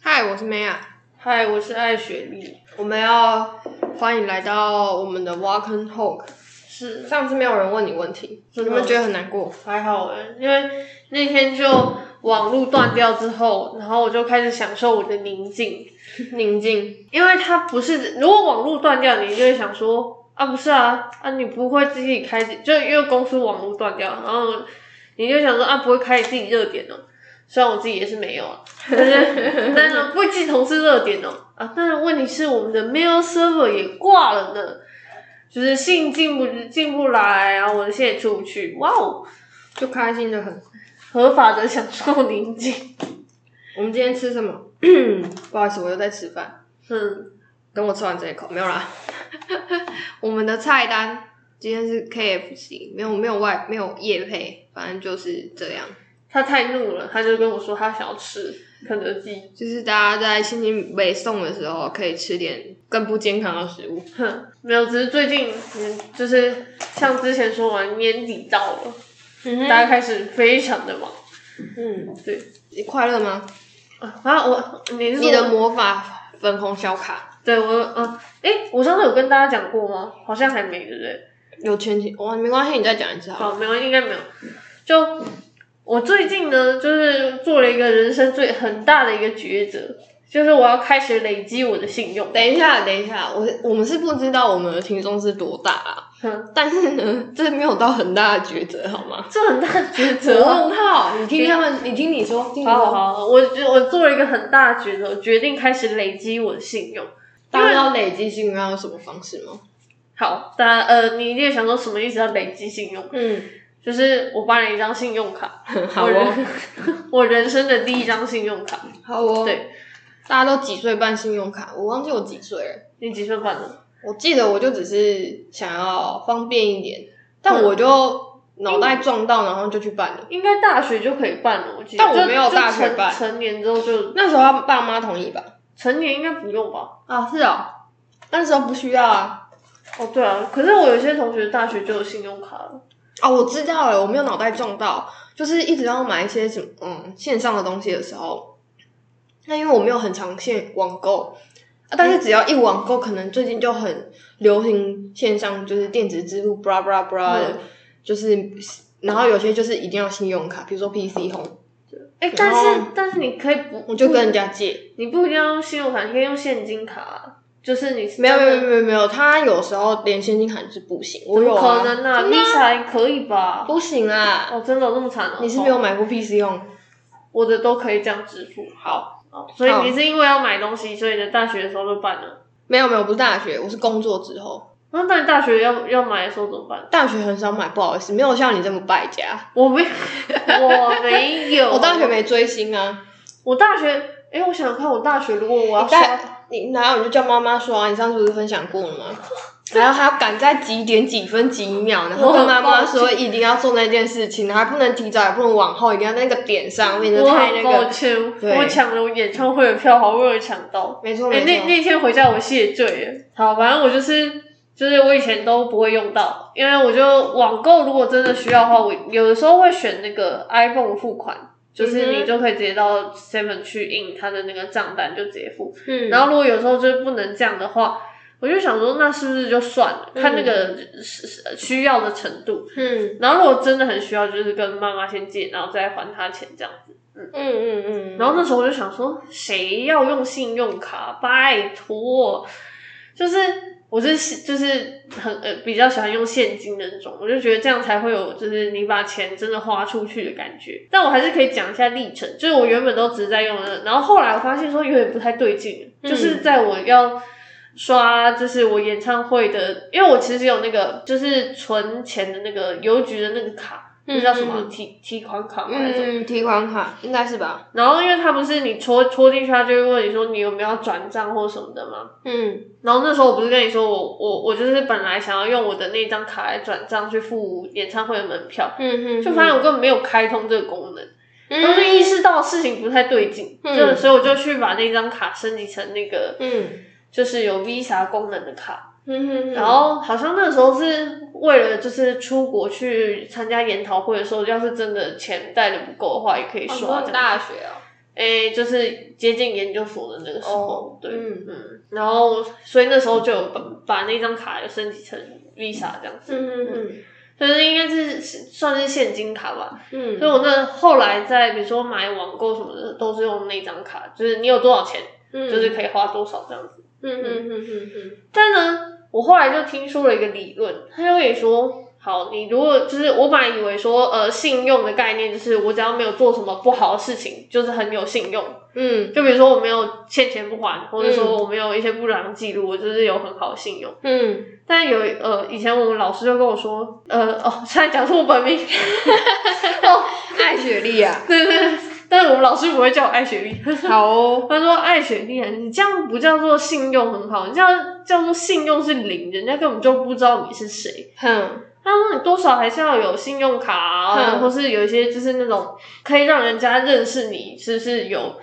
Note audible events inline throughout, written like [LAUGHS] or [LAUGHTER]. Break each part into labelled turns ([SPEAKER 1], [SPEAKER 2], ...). [SPEAKER 1] 嗨，我是梅雅，
[SPEAKER 2] 嗨，我是艾雪莉。
[SPEAKER 1] 我们要欢迎来到我们的 Walk and Talk。
[SPEAKER 2] 是，
[SPEAKER 1] 上次没有人问你问题，你
[SPEAKER 2] 真的
[SPEAKER 1] 们觉得很难 [LAUGHS] 过？
[SPEAKER 2] 还好哎，因为那天就网络断掉之后，然后我就开始享受我的宁静，
[SPEAKER 1] 宁静，
[SPEAKER 2] 因为它不是，如果网络断掉，你就会想说啊，不是啊，啊，你不会自己开，就因为公司网络断掉，然后你就想说啊，不会开你自己热点哦。虽然我自己也是没有啊，但是但是不会记同事热点哦啊。但是问题是我们的 mail server 也挂了呢，就是信进不进不来，啊然后文献也出不去，哇哦，
[SPEAKER 1] 就开心的很。
[SPEAKER 2] 合法的享受宁静。
[SPEAKER 1] 我们今天吃什么？ [CLEARS THROAT] 不好意思，我又在吃饭。
[SPEAKER 2] 嗯，
[SPEAKER 1] 等我吃完这一口，没有啦。 [LAUGHS] 我们的菜单今天是 KFC，没有没有外没有夜配，反正就是这样。
[SPEAKER 2] 他太怒了，他就跟我说他想要吃肯德基。
[SPEAKER 1] 就是大家在心情北送的时候，可以吃点更不健康的食物。
[SPEAKER 2] 哼， [LAUGHS] 没有，只是最近，嗯，就是像之前说完，年底到了，
[SPEAKER 1] 嗯
[SPEAKER 2] 大家开始非常的忙。
[SPEAKER 1] 嗯，
[SPEAKER 2] 对，
[SPEAKER 1] 你快乐吗？
[SPEAKER 2] 啊，我你是说
[SPEAKER 1] 你的魔法粉红小卡
[SPEAKER 2] 对我，嗯，诶，我上次有跟大家讲过吗？好像还没，对不对？
[SPEAKER 1] 有前景哇，没关系，你再讲一次好了。
[SPEAKER 2] 好，没关系，应该没有。就我最近呢，就是做了一个人生最很大的一个抉择，就是我要开始累积我的信用。
[SPEAKER 1] 等一下，等一下，我我们是不知道我们的听众是多大啊，
[SPEAKER 2] 哼，
[SPEAKER 1] 但是呢，这没有到很大的抉择，好吗？
[SPEAKER 2] 这很大的抉
[SPEAKER 1] 我
[SPEAKER 2] 择啊。
[SPEAKER 1] 问号，你听他们，你听你说，听你
[SPEAKER 2] 好
[SPEAKER 1] 说，
[SPEAKER 2] 好好，我觉我做了一个很大的抉择，我决定开始累积我的信用。
[SPEAKER 1] 大家知道累积信用要用什么方式吗？
[SPEAKER 2] 好，大家呃，你一定想说什么意思？要累积信用，
[SPEAKER 1] 嗯，
[SPEAKER 2] 就是我办了一张信用卡，
[SPEAKER 1] [LAUGHS] 好哦， [LAUGHS]
[SPEAKER 2] 我人 [LAUGHS] 我人生的第一张信用卡。
[SPEAKER 1] 好哦，
[SPEAKER 2] 对，
[SPEAKER 1] 大家都几岁办信用卡？我忘记我几岁了，
[SPEAKER 2] 你几岁办的？
[SPEAKER 1] 我记得我就只是想要方便一点，
[SPEAKER 2] 嗯
[SPEAKER 1] 但我就脑袋撞到，然后就去办了。
[SPEAKER 2] 应该大学就可以办了，我记得。
[SPEAKER 1] 但我
[SPEAKER 2] 就
[SPEAKER 1] 没有
[SPEAKER 2] 就
[SPEAKER 1] 大学
[SPEAKER 2] 成
[SPEAKER 1] 办
[SPEAKER 2] 成年之后就
[SPEAKER 1] 那时候他爸妈同意吧？
[SPEAKER 2] 成年应该不用吧？
[SPEAKER 1] 啊，是哦，那时候不需要啊。
[SPEAKER 2] 哦，对啊，可是我有些同学大学就有信用卡了。
[SPEAKER 1] 哦，我知道了，我没有脑袋撞到，就是一直要买一些什么嗯线上的东西的时候，那因为我没有很常线网购、啊，但是只要一网购，可能最近就很流行线上就是电子支付，bra bra bra 的，
[SPEAKER 2] 嗯
[SPEAKER 1] 就是然后有些就是一定要信用卡，比如说 PC Home，
[SPEAKER 2] 哎、但
[SPEAKER 1] 然
[SPEAKER 2] 是
[SPEAKER 1] 后
[SPEAKER 2] 但是你可以不，
[SPEAKER 1] 哦我就跟人家借，
[SPEAKER 2] 你不一定要用信用卡，你可以用现金卡啊，就是你
[SPEAKER 1] 没有没有
[SPEAKER 2] 有，
[SPEAKER 1] 没有没有，他有时候连现金卡就是不行，我
[SPEAKER 2] 怎
[SPEAKER 1] 有
[SPEAKER 2] 么
[SPEAKER 1] 啊，
[SPEAKER 2] 可能啊
[SPEAKER 1] 真的啊
[SPEAKER 2] ？Visa 还可以吧？
[SPEAKER 1] 不行啊，
[SPEAKER 2] 哦，真的有那么惨哦？
[SPEAKER 1] 你是没有买过 PC 用？
[SPEAKER 2] 我的都可以这样支付。
[SPEAKER 1] 好，
[SPEAKER 2] 哦，所以
[SPEAKER 1] 好
[SPEAKER 2] 你是因为要买东西，所以你的大学的时候就办了。
[SPEAKER 1] 没有没有，不是大学，我是工作之后。
[SPEAKER 2] 那那你大学要要买的时候怎么办？
[SPEAKER 1] 大学很少买，不好意思，没有像你这么败家。
[SPEAKER 2] 我没，我没有。
[SPEAKER 1] [LAUGHS] 我大学，没追星啊，
[SPEAKER 2] 我大学，哎、我想想看，我大学如果我要
[SPEAKER 1] 你
[SPEAKER 2] 刷，
[SPEAKER 1] 大你然后你就叫妈妈刷，你上次不是分享过了吗？然后还要赶在几点几分几秒，然后
[SPEAKER 2] 我
[SPEAKER 1] 跟
[SPEAKER 2] 很
[SPEAKER 1] 妈妈
[SPEAKER 2] 抱歉
[SPEAKER 1] 说一定要做那件事情，然后还不能提早，也不能往后，一定要在那个点上，免得
[SPEAKER 2] 我
[SPEAKER 1] 太
[SPEAKER 2] 很
[SPEAKER 1] 那
[SPEAKER 2] 抱
[SPEAKER 1] 个。
[SPEAKER 2] 歉，
[SPEAKER 1] 对
[SPEAKER 2] 我抢了我演唱会的票，好不容易抢到。
[SPEAKER 1] 没错
[SPEAKER 2] 哎、
[SPEAKER 1] 没
[SPEAKER 2] 那
[SPEAKER 1] 错，
[SPEAKER 2] 那天回家我谢罪了。好，反正我就是就是我以前都不会用到，因为我就网购如果真的需要的话，我有的时候会选那个 iPhone 付款，就是
[SPEAKER 1] 嗯
[SPEAKER 2] 你
[SPEAKER 1] 哼
[SPEAKER 2] 就可以直接到 Seven 去印它的那个账单就直接付。
[SPEAKER 1] 嗯，
[SPEAKER 2] 然后如果有时候就是不能这样的话。我就想说，那是不是就算了？看那个是需要的程度。
[SPEAKER 1] 嗯
[SPEAKER 2] 然后如果真的很需要，就是跟妈妈先借，然后再还她钱这样子。
[SPEAKER 1] 嗯嗯嗯，
[SPEAKER 2] 然后那时候我就想说，谁要用信用卡？拜托，就是我是就是很呃比较喜欢用现金的那种，我就觉得这样才会有就是你把钱真的花出去的感觉。但我还是可以讲一下历程，就是我原本都只是在用的，然后后来我发现说有点不太对劲，
[SPEAKER 1] 嗯
[SPEAKER 2] 就是在我要。刷就是我演唱会的，因为我其实有那个就是存钱的那个邮局的那个卡，
[SPEAKER 1] 嗯
[SPEAKER 2] 那叫什
[SPEAKER 1] 嗯
[SPEAKER 2] 么啊
[SPEAKER 1] 嗯
[SPEAKER 2] 提提款卡吗还是什么
[SPEAKER 1] 嗯提款卡应该是吧？
[SPEAKER 2] 然后因为他不是你戳戳进去，他就会问你说你有没有要转账或什么的嘛。
[SPEAKER 1] 嗯
[SPEAKER 2] 然后那时候我不是跟你说我我我就是本来想要用我的那张卡来转账去付演唱会的门票，
[SPEAKER 1] 嗯嗯，
[SPEAKER 2] 就发现我根本没有开通这个功能，然后就
[SPEAKER 1] 嗯
[SPEAKER 2] 意识到事情不太对劲，
[SPEAKER 1] 嗯
[SPEAKER 2] 就所以我就去把那张卡升级成那个
[SPEAKER 1] 嗯
[SPEAKER 2] 就是有 Visa 功能的卡。
[SPEAKER 1] 嗯，
[SPEAKER 2] 然后好像那时候是为了就是出国去参加研讨会的时候，要是真的钱带的不够的话，也可以
[SPEAKER 1] 很多
[SPEAKER 2] 刷这样。
[SPEAKER 1] 大学哦，
[SPEAKER 2] 诶、就是接近研究所的那个时候，
[SPEAKER 1] 哦
[SPEAKER 2] 对，
[SPEAKER 1] 嗯
[SPEAKER 2] 嗯，然后所以那时候就有把把那张卡有升级成 Visa 这样子，
[SPEAKER 1] 嗯嗯
[SPEAKER 2] 所以应该是算是现金卡吧。
[SPEAKER 1] 嗯
[SPEAKER 2] 所以我那后来在比如说买网购什么的，都是用那张卡，就是你有多少钱，
[SPEAKER 1] 嗯
[SPEAKER 2] 就是可以花多少这样子。
[SPEAKER 1] 嗯嗯嗯嗯嗯
[SPEAKER 2] 但呢，我后来就听说了一个理论，他就也说，好，你如果就是我本来以为说，呃，信用的概念就是我只要没有做什么不好的事情，就是很有信用。
[SPEAKER 1] 嗯
[SPEAKER 2] 就比如说我没有欠钱不还，或者说
[SPEAKER 1] 嗯
[SPEAKER 2] 我没有一些不良记录，我就是有很好的信用。
[SPEAKER 1] 嗯
[SPEAKER 2] 但有呃，以前我们老师就跟我说，呃，哦，现在讲出我本名， [LAUGHS] 哦，
[SPEAKER 1] 嗯，爱雪莉 [LAUGHS] 啊，
[SPEAKER 2] 对对对，但是我们老师不会叫我艾雪莉， [LAUGHS]
[SPEAKER 1] 好哦，
[SPEAKER 2] 他说艾雪莉啊，你这样不叫做信用很好，你这样叫做信用是零，人家根本就不知道你是谁。
[SPEAKER 1] 哼，
[SPEAKER 2] 他说你多少还是要有信用卡、啊，
[SPEAKER 1] 嗯
[SPEAKER 2] 或是有一些就是那种可以让人家认识你是不是有。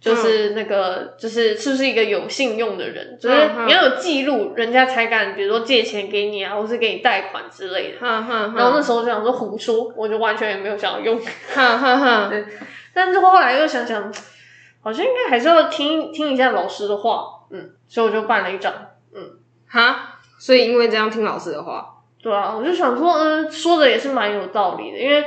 [SPEAKER 2] 就是那个，就是是不是一个有信用的人，就是
[SPEAKER 1] 嗯
[SPEAKER 2] 你要有记录，人家才敢，比如说借钱给你啊，或是给你贷款之类的。
[SPEAKER 1] 哈哈
[SPEAKER 2] 然后那
[SPEAKER 1] 哈，
[SPEAKER 2] 时候就想说胡说，我就完全也没有想要用。
[SPEAKER 1] 哈哈哈，
[SPEAKER 2] 但是后来又想想，好像应该还是要听听一下老师的话，嗯，所以我就办了一张。
[SPEAKER 1] 哈，所以因为这样听老师的话，
[SPEAKER 2] 对啊，我就想说，嗯，说的也是蛮有道理的，因为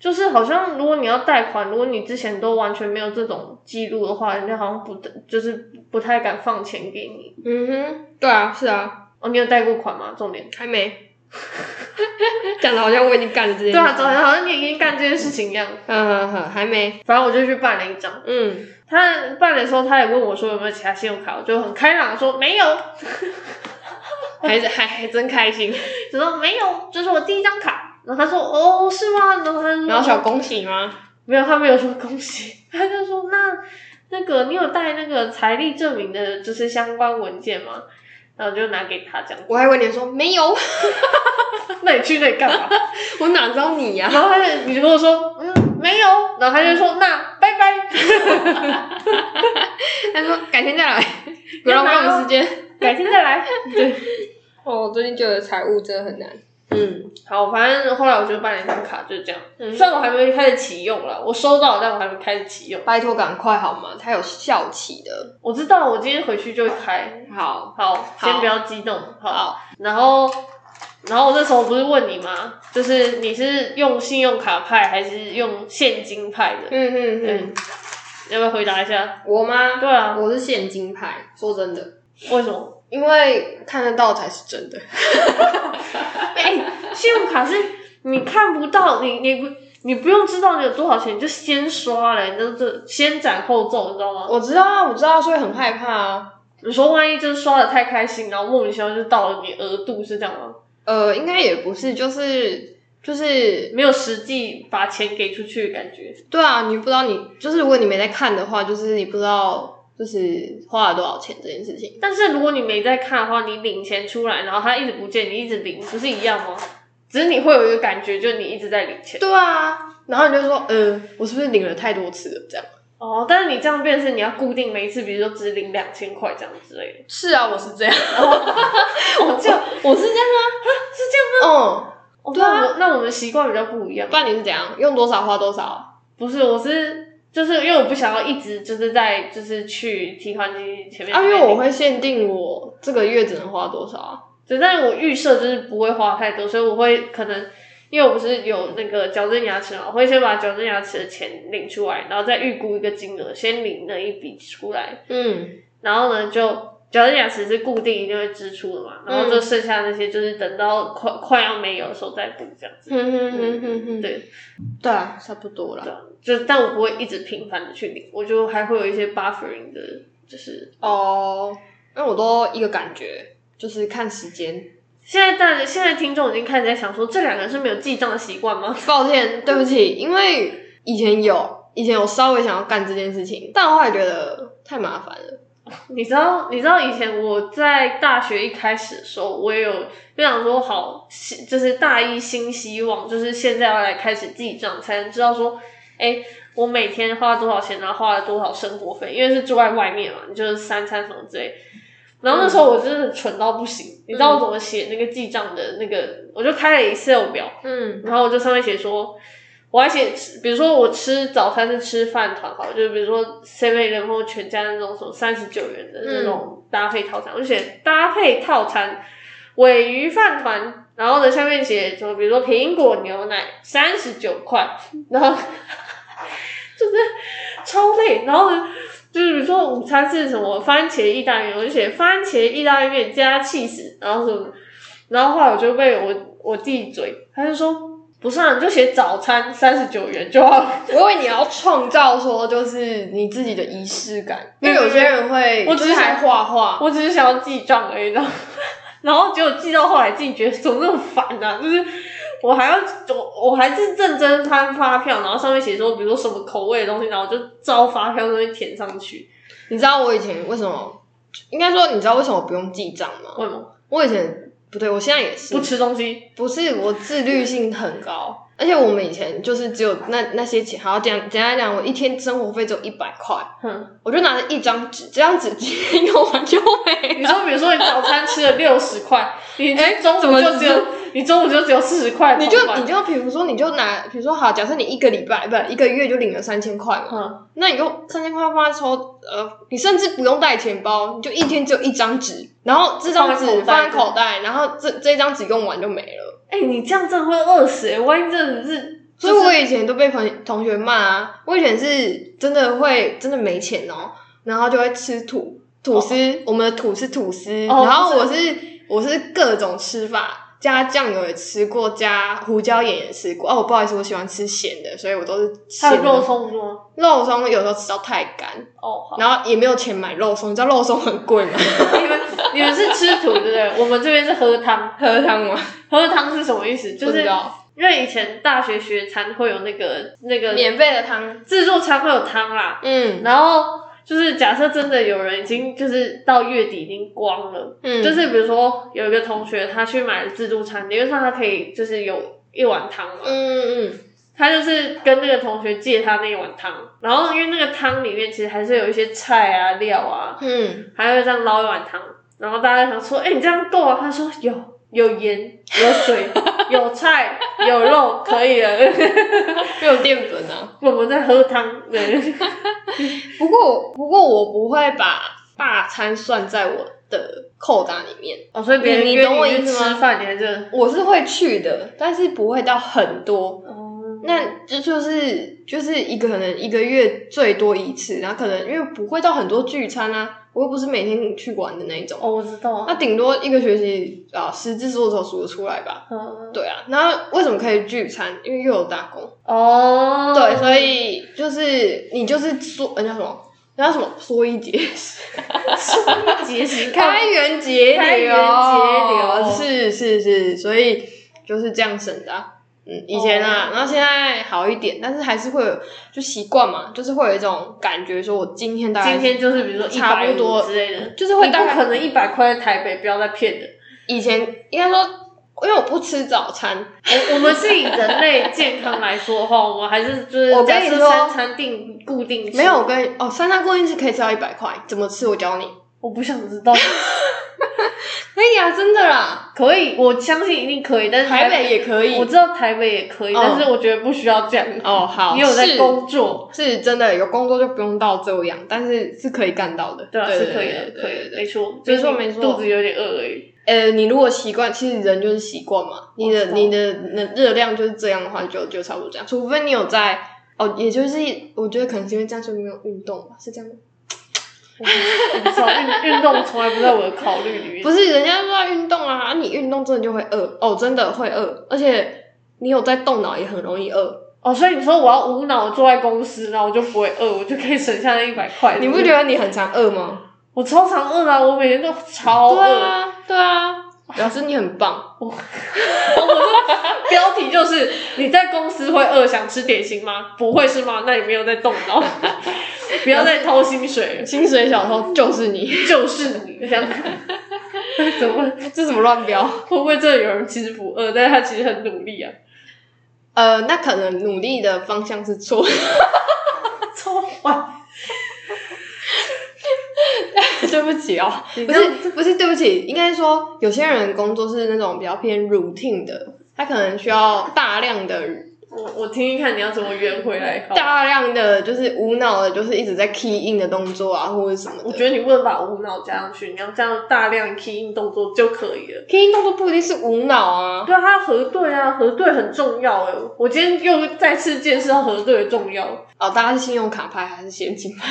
[SPEAKER 2] 就是好像如果你要贷款，如果你之前都完全没有这种记录的话，人家好像不就是不太敢放钱给你。
[SPEAKER 1] 嗯哼，对啊，是啊，
[SPEAKER 2] 哦，你有贷过款吗？重点。
[SPEAKER 1] 还没， [LAUGHS] 讲的好像我已经干了这件事，
[SPEAKER 2] 对啊，早，上好像你已经干这件事情一样。
[SPEAKER 1] 嗯哼哼，还没，
[SPEAKER 2] 反正我就去办了一张。
[SPEAKER 1] 嗯，
[SPEAKER 2] 他办的时候，他也问我说有没有其他信用卡，我就很开朗地说没有， [LAUGHS]
[SPEAKER 1] 还是还还真开心，
[SPEAKER 2] 只说没有，这是我第一张卡。然后他说哦是吗？然后他就
[SPEAKER 1] 然后小恭喜吗？
[SPEAKER 2] 没有，他没有说恭喜， [LAUGHS] 他就说那那个你有带那个财力证明的，就是相关文件吗？然后就拿给他这样， [LAUGHS]
[SPEAKER 1] 我还以为你说没有，
[SPEAKER 2] 那你去那里干嘛？
[SPEAKER 1] 我哪知道你呀、
[SPEAKER 2] 然后他就你就跟我说嗯没有，然后他就说那拜 [LAUGHS] 拜，
[SPEAKER 1] 他说改天再来，不
[SPEAKER 2] 不要
[SPEAKER 1] 要
[SPEAKER 2] 浪
[SPEAKER 1] 浪
[SPEAKER 2] 费
[SPEAKER 1] 费
[SPEAKER 2] 时
[SPEAKER 1] 时间。
[SPEAKER 2] 改天再来。 [LAUGHS] 对，
[SPEAKER 1] 哦，我最近觉得财务真的很难。嗯
[SPEAKER 2] 好，反正后来我就办了一张卡，就这样。
[SPEAKER 1] 嗯
[SPEAKER 2] 虽然我还没开始启用了，我收到了，但我还没开始启用。
[SPEAKER 1] 拜托赶快好吗？它有效期的。
[SPEAKER 2] 我知道，我今天回去就会开。
[SPEAKER 1] 好，
[SPEAKER 2] 好，先不要激动。好，然后，然后我那时候不是问你吗？就是你是用信用卡派还是用现金派的？
[SPEAKER 1] 嗯嗯嗯，
[SPEAKER 2] 要不要回答一下？
[SPEAKER 1] 我吗？
[SPEAKER 2] 对啊，
[SPEAKER 1] 我是现金派，说真的，
[SPEAKER 2] 为什么？
[SPEAKER 1] 因为看得到才是真的。
[SPEAKER 2] 哎、信用卡是你看不到，你你不你不用知道你有多少钱，你就先刷了，你就这先斩后奏，你知道吗？
[SPEAKER 1] 我知道啊，我知道，所以很害怕啊。
[SPEAKER 2] 你说万一就是刷的太开心，然后莫名其妙就到了你额度，是这样吗？
[SPEAKER 1] 呃，应该也不是，就是就是，
[SPEAKER 2] 没有实际把钱给出去的感觉。
[SPEAKER 1] 对啊，你不知道你就是如果你没在看的话，就是你不知道就是花了多少钱这件事情。
[SPEAKER 2] 但是如果你没在看的话，你领钱出来，然后它一直不见，你一直领，不是一样吗？只是你会有一个感觉，就是你一直在领钱。
[SPEAKER 1] 对啊，然后你就说，呃，我是不是领了太多次了？这样。
[SPEAKER 2] 哦，但是你这样变成是你要固定每一次，比如说只领两千块这样之类的。 [LAUGHS]
[SPEAKER 1] 是啊，我是这样，
[SPEAKER 2] 我这样
[SPEAKER 1] 我是这样
[SPEAKER 2] 是
[SPEAKER 1] 啊。
[SPEAKER 2] 这样吗？
[SPEAKER 1] 对啊
[SPEAKER 2] 那我那我们习惯比较不一样
[SPEAKER 1] 嗯，不。然你是怎样？用多少花多少？
[SPEAKER 2] 不是，我是就是因为我不想要一直就是在就是去提款机前面
[SPEAKER 1] 啊，因为我
[SPEAKER 2] 领
[SPEAKER 1] 会限定我这个月只能花多少啊。
[SPEAKER 2] 对，但是我预设就是不会花太多，所以我会可能，因为我不是有那个矫正牙齿嘛，我会先把矫正牙齿的钱领出来，然后再预估一个金额，先领那一笔出来，
[SPEAKER 1] 嗯
[SPEAKER 2] 然后呢就矫正牙齿是固定一定会支出的嘛，然后就剩下那些就是等到快快要没有的时候再补这样子，
[SPEAKER 1] 哼哼哼哼哼，
[SPEAKER 2] 对
[SPEAKER 1] 嗯对啊，差不多啦。
[SPEAKER 2] 就但我不会一直频繁的去领，我就还会有一些 buffering 的，就是
[SPEAKER 1] 哦，因为我都一个感觉，就是看时间。
[SPEAKER 2] 现在大现在听众已经开始在想说，这两个人是没有记账的习惯吗？
[SPEAKER 1] 抱歉，对不起，因为以前有，以前有稍微想要干这件事情，但我后来觉得太麻烦了。
[SPEAKER 2] 你知道，你知道以前我在大学一开始的时候，我也有就想说好，新就是大一新希望，就是现在要来开始记账，才能知道说，哎、我每天花多少钱，然后花了多少生活费，因为是住在外面嘛，你就是三餐什么之类。然后那时候我真的蠢到不行，你知道我怎么写那个记账的那个，我就开了 Excel 表，
[SPEAKER 1] 嗯
[SPEAKER 2] 然后我就上面写说，我还写，比如说我吃早餐是吃饭团好了，就是比如说 Seven Eleven 或全家那种什么三十九元的那种搭配套餐，我就写搭配套餐尾鱼饭团，然后呢下面写什么，比如说苹果牛奶三十九块，然后 [LAUGHS] 就是超累，然后呢。就是比如说午餐是什么番茄意大利面，我就写番茄意大利面加 cheese，然后什么，然后后来我就被我我弟嘴，他就说不是啊，你就写早餐三十九元就好了。
[SPEAKER 1] 我以为你要创造说就是你自己的仪式感，因为有些人会
[SPEAKER 2] 我
[SPEAKER 1] 就
[SPEAKER 2] 只
[SPEAKER 1] 嗯是
[SPEAKER 2] 是
[SPEAKER 1] 还画画，
[SPEAKER 2] 我只是想要记账而已，然后 [LAUGHS] 然后结果记到后来自己觉得怎么那么烦啊？就是我还要我我还是认真翻发票，然后上面写说比如说什么口味的东西，然后我就照发票上面填上去。
[SPEAKER 1] 你知道我以前为什么？应该说，你知道为什么不用记账吗？
[SPEAKER 2] 为什么
[SPEAKER 1] 我以前不对，我现在也是
[SPEAKER 2] 不，吃东西？
[SPEAKER 1] 不是我自律性很高，而且我们以前就是只有那那些钱，还要讲简单来讲，我一天生活费只有一百块，
[SPEAKER 2] 哼，
[SPEAKER 1] 我就拿着一张纸，这张纸今天用完就没
[SPEAKER 2] 你
[SPEAKER 1] 了。
[SPEAKER 2] 说比如说你早餐吃了六十块， [LAUGHS] 你
[SPEAKER 1] 哎
[SPEAKER 2] 中
[SPEAKER 1] 怎
[SPEAKER 2] 午
[SPEAKER 1] 么
[SPEAKER 2] 就只有你中午就只有四十块，
[SPEAKER 1] 你就
[SPEAKER 2] 怎么办
[SPEAKER 1] 你就比如说你就拿，比如说好，假设你一个礼拜不一个月就领了三千块嘛，
[SPEAKER 2] 嗯，
[SPEAKER 1] 那你就三千块放在抽，呃，你甚至不用带钱包，你就一天只有一张纸，然后这张纸放
[SPEAKER 2] 放在口袋
[SPEAKER 1] 在口袋，然后这这张纸用完就没了。
[SPEAKER 2] 哎、你这样真的会饿死哎、万一真的是，
[SPEAKER 1] 所以我以前都被朋同学骂啊，我以前是真的会真的没钱哦，然后就会吃土吐司，我们的土是吐司，
[SPEAKER 2] 哦
[SPEAKER 1] 然后我
[SPEAKER 2] 不
[SPEAKER 1] 哦是我是各种吃法，加酱油也吃过，加胡椒盐也吃过。哦，我不好意思，我喜欢吃咸的，所以我都是咸
[SPEAKER 2] 还
[SPEAKER 1] 的
[SPEAKER 2] 有肉松是啊吗？
[SPEAKER 1] 肉松有时候吃到太干，
[SPEAKER 2] 哦，好， [LAUGHS]
[SPEAKER 1] 然后也没有钱买肉松，你知道肉松很贵吗？
[SPEAKER 2] 你们你们是吃土对不对？我们这边是喝汤，
[SPEAKER 1] [LAUGHS] 喝汤吗？
[SPEAKER 2] 喝汤是什么意思？就
[SPEAKER 1] 不知
[SPEAKER 2] 是
[SPEAKER 1] 道
[SPEAKER 2] 因为以前大学学餐会有那个那个
[SPEAKER 1] 免费的汤，
[SPEAKER 2] 自助餐会有汤啦，
[SPEAKER 1] 嗯
[SPEAKER 2] 然后就是假设真的有人已经就是到月底已经光了。
[SPEAKER 1] 嗯，
[SPEAKER 2] 就是比如说有一个同学，他去买了自助餐，理论上他可以就是有一碗汤嘛，
[SPEAKER 1] 嗯嗯
[SPEAKER 2] 他就是跟那个同学借他那一碗汤，然后因为那个汤里面其实还是有一些菜啊、料啊，
[SPEAKER 1] 嗯
[SPEAKER 2] 还会这样捞一碗汤，然后大家想说，哎、你这样够啊？他说有有盐、有 [LAUGHS] 水、有菜、有肉，可以了。 [LAUGHS]
[SPEAKER 1] 嗯，没有淀粉啊。
[SPEAKER 2] 我们在喝汤，对，
[SPEAKER 1] 不过不过我不会把大餐算在我的扣打里面，
[SPEAKER 2] 哦，所以别人
[SPEAKER 1] 你你
[SPEAKER 2] 约
[SPEAKER 1] 懂我
[SPEAKER 2] 你去
[SPEAKER 1] 意思
[SPEAKER 2] 吃
[SPEAKER 1] 吗
[SPEAKER 2] 饭，你还是
[SPEAKER 1] 我是会去的，但是不会到很多。
[SPEAKER 2] 哦，
[SPEAKER 1] 那这就是就是一个可能一个月最多一次，然后可能因为不会到很多聚餐啊，我又不是每天去玩的那一种，
[SPEAKER 2] 哦，我知道啊，
[SPEAKER 1] 那顶多一个学期啊十只手指头数得出来吧。
[SPEAKER 2] 嗯，
[SPEAKER 1] 对啊，那为什么可以聚餐？因为又有打工，
[SPEAKER 2] 哦，
[SPEAKER 1] 对，
[SPEAKER 2] [LAUGHS]
[SPEAKER 1] 所以就是你就是说人家什么，人家什么说一节
[SPEAKER 2] 节食
[SPEAKER 1] 开源节流，
[SPEAKER 2] 开源哦节
[SPEAKER 1] 是是是，所以就是这样省的啊、嗯，以前啊
[SPEAKER 2] 哦
[SPEAKER 1] 然后现在好一点，但是还是会有就习惯嘛，就是会有一种感觉，说我今天大概
[SPEAKER 2] 今天就是比如说一
[SPEAKER 1] 差
[SPEAKER 2] 百
[SPEAKER 1] 不多
[SPEAKER 2] 之类的，
[SPEAKER 1] 就是会
[SPEAKER 2] 你
[SPEAKER 1] 大
[SPEAKER 2] 不
[SPEAKER 1] 概
[SPEAKER 2] 可能一百块在台北，不要再骗人。
[SPEAKER 1] 以前应该说，因为我不吃早餐，
[SPEAKER 2] 哎我我们是以人类健康来说的话，我们还是就是
[SPEAKER 1] 我跟
[SPEAKER 2] 假
[SPEAKER 1] 你
[SPEAKER 2] 设
[SPEAKER 1] 说
[SPEAKER 2] 三餐定固定吃
[SPEAKER 1] 没有，我跟你哦三餐固定是可以吃到一百块，怎么吃我教你，
[SPEAKER 2] 我不想知道。
[SPEAKER 1] [LAUGHS] 可以啊，真的啦，
[SPEAKER 2] 可以，我相信一定可以，但是
[SPEAKER 1] 台
[SPEAKER 2] 北
[SPEAKER 1] 北也可以
[SPEAKER 2] 我知道台北也可以，
[SPEAKER 1] 嗯
[SPEAKER 2] 但是我觉得不需要这样。
[SPEAKER 1] 哦，好，
[SPEAKER 2] 你有在
[SPEAKER 1] 是
[SPEAKER 2] 工作，
[SPEAKER 1] 是真的有工作就不用到这样，但是是可以干到的，
[SPEAKER 2] 对啊，是可以
[SPEAKER 1] 对
[SPEAKER 2] 的，
[SPEAKER 1] 对
[SPEAKER 2] 可以
[SPEAKER 1] 对
[SPEAKER 2] 的，没错，
[SPEAKER 1] 没错
[SPEAKER 2] 就是你
[SPEAKER 1] 没错
[SPEAKER 2] 肚子有点饿而已。
[SPEAKER 1] 呃，你如果习惯，其实人就是习惯嘛，你
[SPEAKER 2] 我知
[SPEAKER 1] 的
[SPEAKER 2] 道
[SPEAKER 1] 你的那热量就是这样的话，就就差不多这样。除非你有在哦，也就是我觉得可能是因为这样就没有运动吧，是这样吗？
[SPEAKER 2] 我不我不知道运 [LAUGHS] 运动从来不在我的考虑里面。
[SPEAKER 1] 不是，人家说要运动啊，啊你运动真的就会饿哦，真的会饿，而且你有在动脑也很容易饿。
[SPEAKER 2] 哦，所以你说我要无脑坐在公司，然后我就不会饿，我就可以省下那一百块。
[SPEAKER 1] 你不觉得你很常饿吗？
[SPEAKER 2] 我超常饿的啊、我每天都超
[SPEAKER 1] 对
[SPEAKER 2] 饿。
[SPEAKER 1] 啊，对啊，表示你很棒。
[SPEAKER 2] 标题就是你在公司会饿，想吃点心吗？不会是吗？那你没有在动 [LAUGHS] 脑，不要再偷薪水了，
[SPEAKER 1] 薪水小偷哦就是你， [LAUGHS]
[SPEAKER 2] 就是你这样。怎么会
[SPEAKER 1] 这什么乱标？
[SPEAKER 2] 会不会真的有人其实不饿，但是他其实很努力啊？
[SPEAKER 1] 呃，那可能努力的方向是错的。
[SPEAKER 2] 超 [LAUGHS] 坏，
[SPEAKER 1] 对不起哦，
[SPEAKER 2] 你
[SPEAKER 1] 不
[SPEAKER 2] 这样
[SPEAKER 1] 是不是对不起，应该说有些人工作是那种比较偏 routine 的，他可能需要大量的
[SPEAKER 2] 我我听听看你要怎么圆回来。好
[SPEAKER 1] 大量的就是无脑的，就是一直在 key in 的动作啊，或者什么
[SPEAKER 2] 我
[SPEAKER 1] 的。
[SPEAKER 2] 觉得你不能把无脑加上去，你要这样大量 key in 动作就可以了。
[SPEAKER 1] key in 动作不一定是无脑啊，
[SPEAKER 2] 对啊，它核对啊，核对很重要哎。我今天又再次见识到核对的重要。
[SPEAKER 1] 哦，大家是信用卡派还是现金派？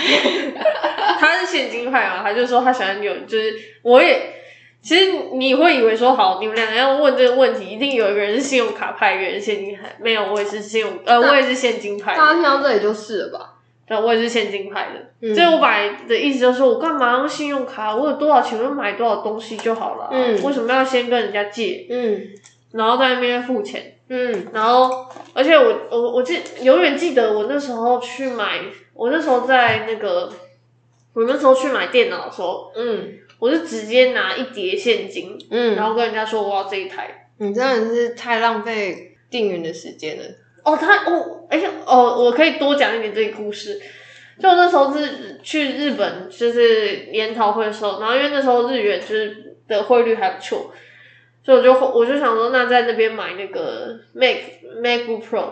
[SPEAKER 2] 他是现金派嘛，他就说他喜欢有，就是我也。其实你会以为说好，你们两个要问这个问题，一定有一个人是信用卡派，一个人是现金派。没有，我也是信用，呃，我也是现金派。
[SPEAKER 1] [LAUGHS] 大家听到这里就是了吧？
[SPEAKER 2] 对，啊我也是现金派的。
[SPEAKER 1] 嗯
[SPEAKER 2] 所以我本来的意思就是，我干嘛用信用卡？我有多少钱，我就买多少东西就好了啊、
[SPEAKER 1] 嗯
[SPEAKER 2] 为什么要先跟人家借，
[SPEAKER 1] 嗯
[SPEAKER 2] 然后在那边付钱？
[SPEAKER 1] 嗯
[SPEAKER 2] 然后，而且我我我记永远记得我那时候去买，我那时候在那个，我那时候去买电脑的时候，
[SPEAKER 1] 嗯
[SPEAKER 2] 我是直接拿一叠现金，然
[SPEAKER 1] 嗯，
[SPEAKER 2] 后跟人家说我要这一台。
[SPEAKER 1] 你真的是太浪费店员的时间了。
[SPEAKER 2] 哦，他哦，而且哦，我可以多讲一点这个故事。就我那时候是去日本，就是研讨会的时候，然后因为那时候日元就是的汇率还不错，所以我就我就想说，那在那边买那个 Mac MacBook Pro，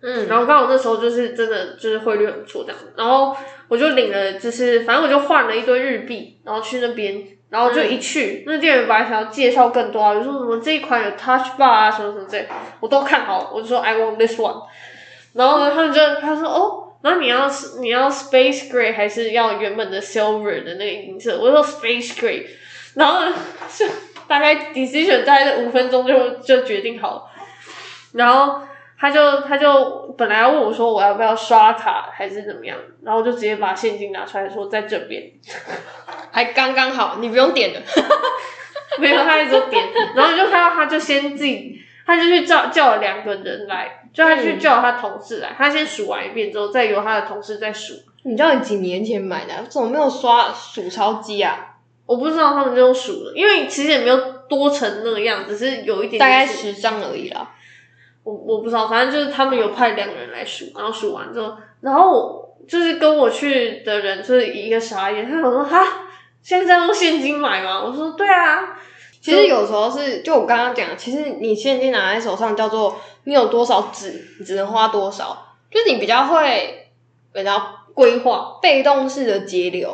[SPEAKER 1] 嗯
[SPEAKER 2] 然后刚好那时候就是真的就是汇率很不错这样，然后我就领了，就是反正我就换了一堆日币，然后去那边，然后就一去，那店员本来想要介绍更多啊，比如说什么这一款有 Touch Bar 啊什么什么之类，我都看好，我就说 I want this one，然后呢他们就他说哦。然后你要是你要 space gray 还是要原本的 silver 的那个银色？我就说 space gray，然后呢 [LAUGHS] 就大概 decision 大概五分钟就就决定好了，然后他就他就本来要问我说我要不要刷卡还是怎么样，然后我就直接把现金拿出来说在这边，
[SPEAKER 1] 还刚刚好，你不用点了。
[SPEAKER 2] [LAUGHS] 没有他一直点，然后就看到他就先自己，他就去叫叫了两个人来，就他去叫他同事来，他先数完一遍之后，再由他的同事再数。
[SPEAKER 1] 你知道你几年前买的啊、怎么没有刷数钞机啊？
[SPEAKER 2] 我不知道他们这种数了，因为其实也没有多成那样，只是有一点点
[SPEAKER 1] 大概
[SPEAKER 2] 数
[SPEAKER 1] 十张而已啦。
[SPEAKER 2] 我我不知道，反正就是他们有派两个人来数，然后数完之后，然后我就是跟我去的人就是一个傻眼，他想说哈，现在在用现金买吗？我说对啊，
[SPEAKER 1] 其实有时候是，就我刚刚讲，其实你现金拿在手上叫做你有多少纸，你只能花多少，就是你比较会，比较
[SPEAKER 2] 规划
[SPEAKER 1] 被动式的节流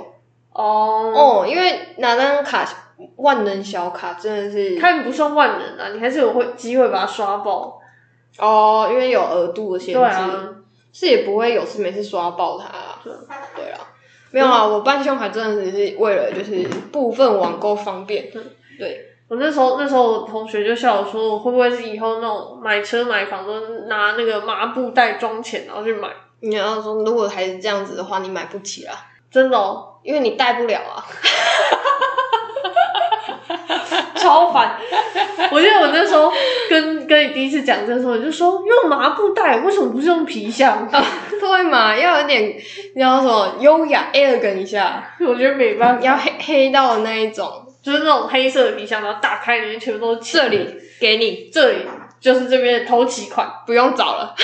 [SPEAKER 2] 哦，
[SPEAKER 1] 哦，因为拿张卡万能小卡真的是
[SPEAKER 2] 他们不算万能啊，你还是有会机会把它刷爆，
[SPEAKER 1] 哦，因为有额度的限制，
[SPEAKER 2] 对啊，
[SPEAKER 1] 是也不会有事没事刷爆它啦。
[SPEAKER 2] 对
[SPEAKER 1] 对啊啦，没有啊，我办信用卡真的只是为了就是部分网购方便。对，
[SPEAKER 2] 我那时候那时候我同学就笑我说，我会不会是以后那种买车买房都拿那个麻布袋装钱然后去买，
[SPEAKER 1] 你要说如果还是这样子的话，你买不起啦，
[SPEAKER 2] 真的哦，
[SPEAKER 1] 因为你贷不了啊。 [LAUGHS]
[SPEAKER 2] 超烦。我记得我那时候跟跟你第一次讲这个时候，你就说用麻布袋，为什么不是用皮箱？ [LAUGHS]
[SPEAKER 1] 对嘛，要有点你要什么优雅 elegant 一下，
[SPEAKER 2] 我觉得没办法，
[SPEAKER 1] 要黑黑到的那一种。
[SPEAKER 2] 就是那种黑色的皮箱，然后打开里面全部都是钱
[SPEAKER 1] 这里给你，
[SPEAKER 2] 这里就是这边的头期款。
[SPEAKER 1] 不用找了。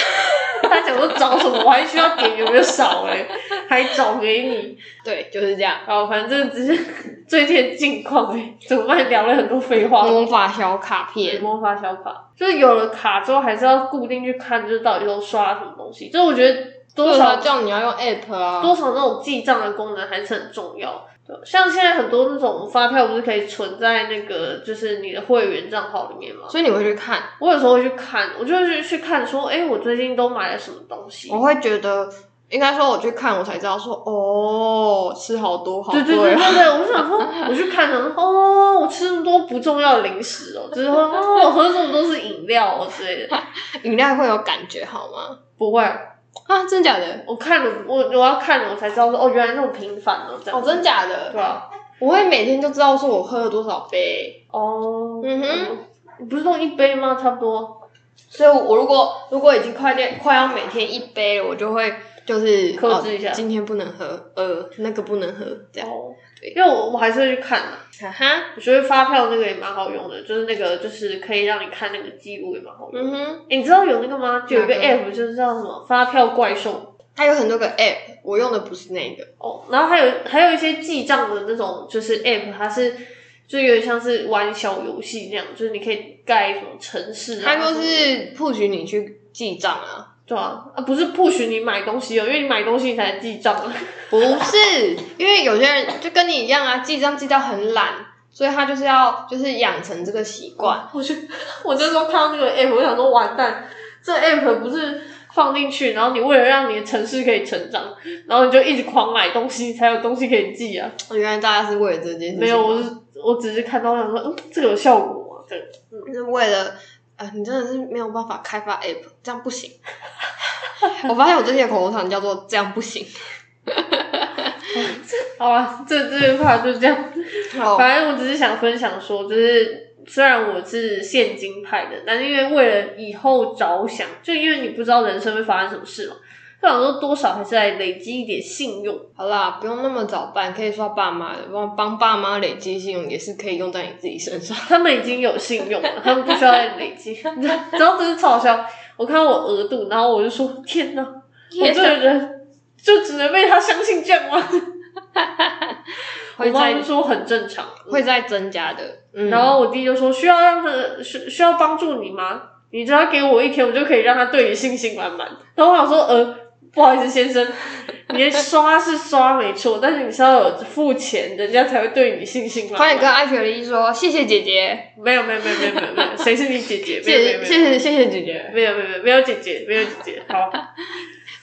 [SPEAKER 2] 他讲说找什么，我还需要点有没有少嘞、还找给你。
[SPEAKER 1] 对，就是这样。
[SPEAKER 2] 然后反正只是最近的近况哎、怎么办？聊了很多废话。
[SPEAKER 1] 魔法小卡片，
[SPEAKER 2] 魔法小卡，就是有了卡之后，还是要固定去看，就是到底都刷了什么东西。就是我觉得多
[SPEAKER 1] 多
[SPEAKER 2] 少
[SPEAKER 1] 少叫你要用 app 啊？
[SPEAKER 2] 多少那种记账的功能还是很重要。对，像现在很多那种发票不是可以存在那个就是你的会员账号里面吗？
[SPEAKER 1] 所以你会去看。
[SPEAKER 2] 我有时候会去看，我就会去去看说，哎、我最近都买了什么东西？
[SPEAKER 1] 我会觉得，应该说我去看，我才知道说，哦，吃好多好
[SPEAKER 2] 对对
[SPEAKER 1] 贵
[SPEAKER 2] 对
[SPEAKER 1] 啊。
[SPEAKER 2] 对对，我就想说，我去看，想说，哦，我吃那么多不重要的零食哦，就是说，哦，我喝这么多是饮料哦之类的，
[SPEAKER 1] 饮料会有感觉好吗？
[SPEAKER 2] 不会，
[SPEAKER 1] 啊，真假的？
[SPEAKER 2] 我看了，我我要看了，我才知道说，哦，原来那么频繁哦，这样
[SPEAKER 1] 哦，
[SPEAKER 2] 子，
[SPEAKER 1] 真假
[SPEAKER 2] 对
[SPEAKER 1] 的？
[SPEAKER 2] 啊，
[SPEAKER 1] 我会每天就知道说我喝了多少杯，
[SPEAKER 2] 哦，
[SPEAKER 1] 嗯
[SPEAKER 2] 哼，不是都一杯吗？差不多，
[SPEAKER 1] 所以我如果如果已经快点快要每天一杯了，我就会就是
[SPEAKER 2] 克制一下
[SPEAKER 1] 哦今天不能喝，呃，那个不能喝，这样。
[SPEAKER 2] 哦
[SPEAKER 1] 对，
[SPEAKER 2] 因为我我还是会去看的。
[SPEAKER 1] 哈哈，
[SPEAKER 2] 我觉得发票那个也蛮好用的，就是那个就是可以让你看那个记录也蛮好用。
[SPEAKER 1] 嗯哼，
[SPEAKER 2] 诶你知道有那个吗？就有一个
[SPEAKER 1] 哪个
[SPEAKER 2] app 就是叫什么发票怪兽
[SPEAKER 1] 它有很多个 app，我用的不是那个。
[SPEAKER 2] 哦，然后还有还有一些记账的那种就是 app，它是就有点像是玩小游戏那样，就是你可以盖什么城市、啊，
[SPEAKER 1] 他就是不许你去记账啊，
[SPEAKER 2] 对啊，啊不是不许你买东西哦，因为你买东西你才能记账 [LAUGHS] 啊。
[SPEAKER 1] 不是，因为有些人就跟你一样啊，记账记到很懒，所以他就是要就是养成这个习惯。
[SPEAKER 2] 我就 [LAUGHS] 我那时候看到那个 app，我想说完蛋，这 app 不是放进去，然后你为了让你的城市可以成长，然后你就一直狂买东西，才有东西可以记 [LAUGHS] 啊。
[SPEAKER 1] 哦原来大家是为了这件事情，
[SPEAKER 2] 没有，我是我只是看到想说，嗯，这个有效果啊，这个
[SPEAKER 1] 就是为了。呃，你真的是没有办法开发 app，这样不行。 [LAUGHS] 我发现我最近的口头禅叫做“这样不行
[SPEAKER 2] 好啊，这这一趴就这样。”，
[SPEAKER 1] 好，
[SPEAKER 2] 反正我只是想分享说，就是虽然我是现金派的，但是因为为了以后着想，就因为你不知道人生会发生什么事嘛，就想说多少还是来累积一点信用。
[SPEAKER 1] 好啦，不用那么早办，可以刷爸妈的，帮帮爸妈累积信用也是可以用在你自己身
[SPEAKER 2] [LAUGHS]
[SPEAKER 1] 上。
[SPEAKER 2] 他们已经有信用了，他们不需要再累积。 [LAUGHS] 然后真是嘲笑，我看到我额度，然后我就说：天哪，我这个人就只能被他相信这样吗？我
[SPEAKER 1] 会
[SPEAKER 2] 妈就
[SPEAKER 1] 再
[SPEAKER 2] 说很正常。
[SPEAKER 1] 会再增加的，嗯，
[SPEAKER 2] 然后我弟就说：“需要让他需需要帮助你吗？你只要给我一天，我就可以让他对你信心满满。”然后我想说：“呃，不好意思，先生，你的刷是刷没错，但是你是要有付钱，人家才会对你信心满
[SPEAKER 1] 快
[SPEAKER 2] 满。
[SPEAKER 1] 点跟艾雪莉说谢谢姐姐，
[SPEAKER 2] 没有”没有没有没有没有没有，谁是你姐姐？没有没有
[SPEAKER 1] 谢谢
[SPEAKER 2] 没
[SPEAKER 1] 谢谢
[SPEAKER 2] 有
[SPEAKER 1] 谢谢姐姐。
[SPEAKER 2] 没有没有没有没有姐姐没有姐姐。好，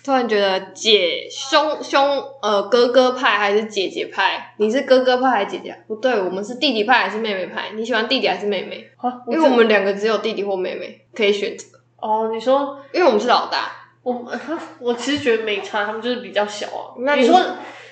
[SPEAKER 1] 突然觉得姐兄兄呃哥哥派还是姐姐派？你是哥哥派还是姐姐？不对，我们是弟弟派还是妹妹派？你喜欢弟弟还是妹妹？
[SPEAKER 2] 好，
[SPEAKER 1] 因为
[SPEAKER 2] 这
[SPEAKER 1] 我们两个只有弟弟或妹妹可以选择，
[SPEAKER 2] 哦，你说
[SPEAKER 1] 因为我们是老大。
[SPEAKER 2] 我我其实觉得没差，他们就是比较小啊。
[SPEAKER 1] 那
[SPEAKER 2] 你
[SPEAKER 1] 你
[SPEAKER 2] 说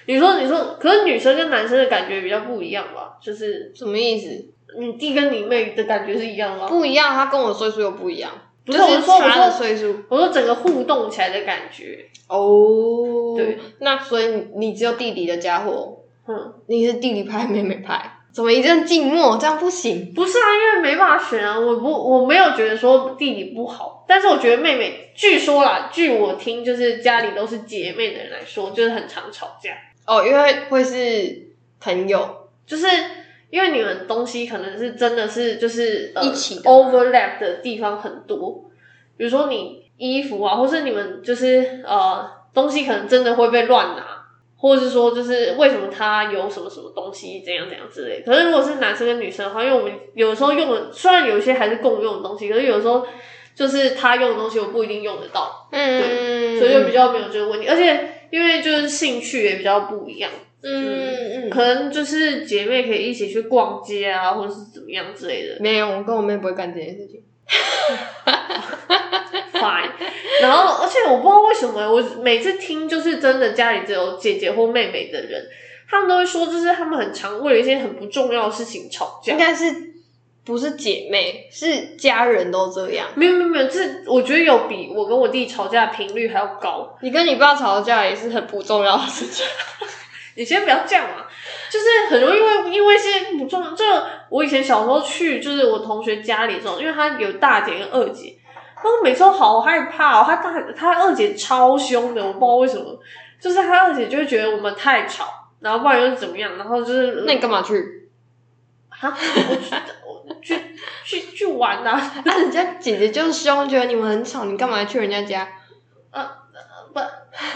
[SPEAKER 2] 你说你说，可是女生跟男生的感觉比较不一样吧？就是。
[SPEAKER 1] 什么意思？
[SPEAKER 2] 你弟跟你妹的感觉是一样吗？
[SPEAKER 1] 不一样，他跟我岁数又不一样，
[SPEAKER 2] 不是
[SPEAKER 1] 就
[SPEAKER 2] 我是
[SPEAKER 1] 是
[SPEAKER 2] 说我
[SPEAKER 1] 差的
[SPEAKER 2] 说
[SPEAKER 1] 岁数
[SPEAKER 2] 我说整个互动起来的感觉，
[SPEAKER 1] 哦。
[SPEAKER 2] 对，
[SPEAKER 1] 那所以你只有弟弟的家伙，
[SPEAKER 2] 嗯，
[SPEAKER 1] 你是弟弟派妹妹派？怎么一阵静默？这样不行。
[SPEAKER 2] 不是啊，因为没办法选啊，我不我没有觉得说弟弟不好，但是我觉得妹妹，据说啦，据我听就是家里都是姐妹的人来说，就是很常吵架，
[SPEAKER 1] 哦，因为会是朋友，
[SPEAKER 2] 就是因为你们东西可能是真的是就是、呃、
[SPEAKER 1] 一起的
[SPEAKER 2] overlap 的地方很多，比如说你衣服啊，或是你们就是呃东西可能真的会被乱拿，或者是说就是为什么他有什么什么东西怎样怎样之类。可是如果是男生跟女生的话，因为我们有时候用的虽然有一些还是共用的东西，可是有时候就是他用的东西我不一定用得到。
[SPEAKER 1] 嗯，
[SPEAKER 2] 所以就比较没有这个问题，而且因为就是兴趣也比较不一样，
[SPEAKER 1] 嗯嗯
[SPEAKER 2] 可能就是姐妹可以一起去逛街啊，或者是怎么样之类的。
[SPEAKER 1] 没有，我跟我妹不会干这件事情。
[SPEAKER 2] Fine。然 [LAUGHS] 后，而且我不知道为什么，我每次听就是真的家里只有姐姐或妹妹的人，他们都会说，就是他们很常为了一些很不重要的事情吵架
[SPEAKER 1] 应。该是不是姐妹，是家人都这样。
[SPEAKER 2] 没有没有没有，这我觉得有比我跟我弟吵架的频率还要高。
[SPEAKER 1] 你跟你爸吵架也是很不重要的事情。 [LAUGHS]
[SPEAKER 2] 你先不要这样嘛，就是很容易因为因为是不重要。这我以前小时候去，就是我同学家里这种，因为他有大姐跟二姐，然后每次都好害怕哦。他大他二姐超凶的，我不知道为什么，就是他二姐就会觉得我们太吵，然后不然又是怎么样，然后就是
[SPEAKER 1] 那你干嘛去？
[SPEAKER 2] 啊，我去我去去去玩呐、啊，
[SPEAKER 1] 啊，人家姐姐就是凶，觉得你们很吵，你干嘛去人家家？
[SPEAKER 2] 不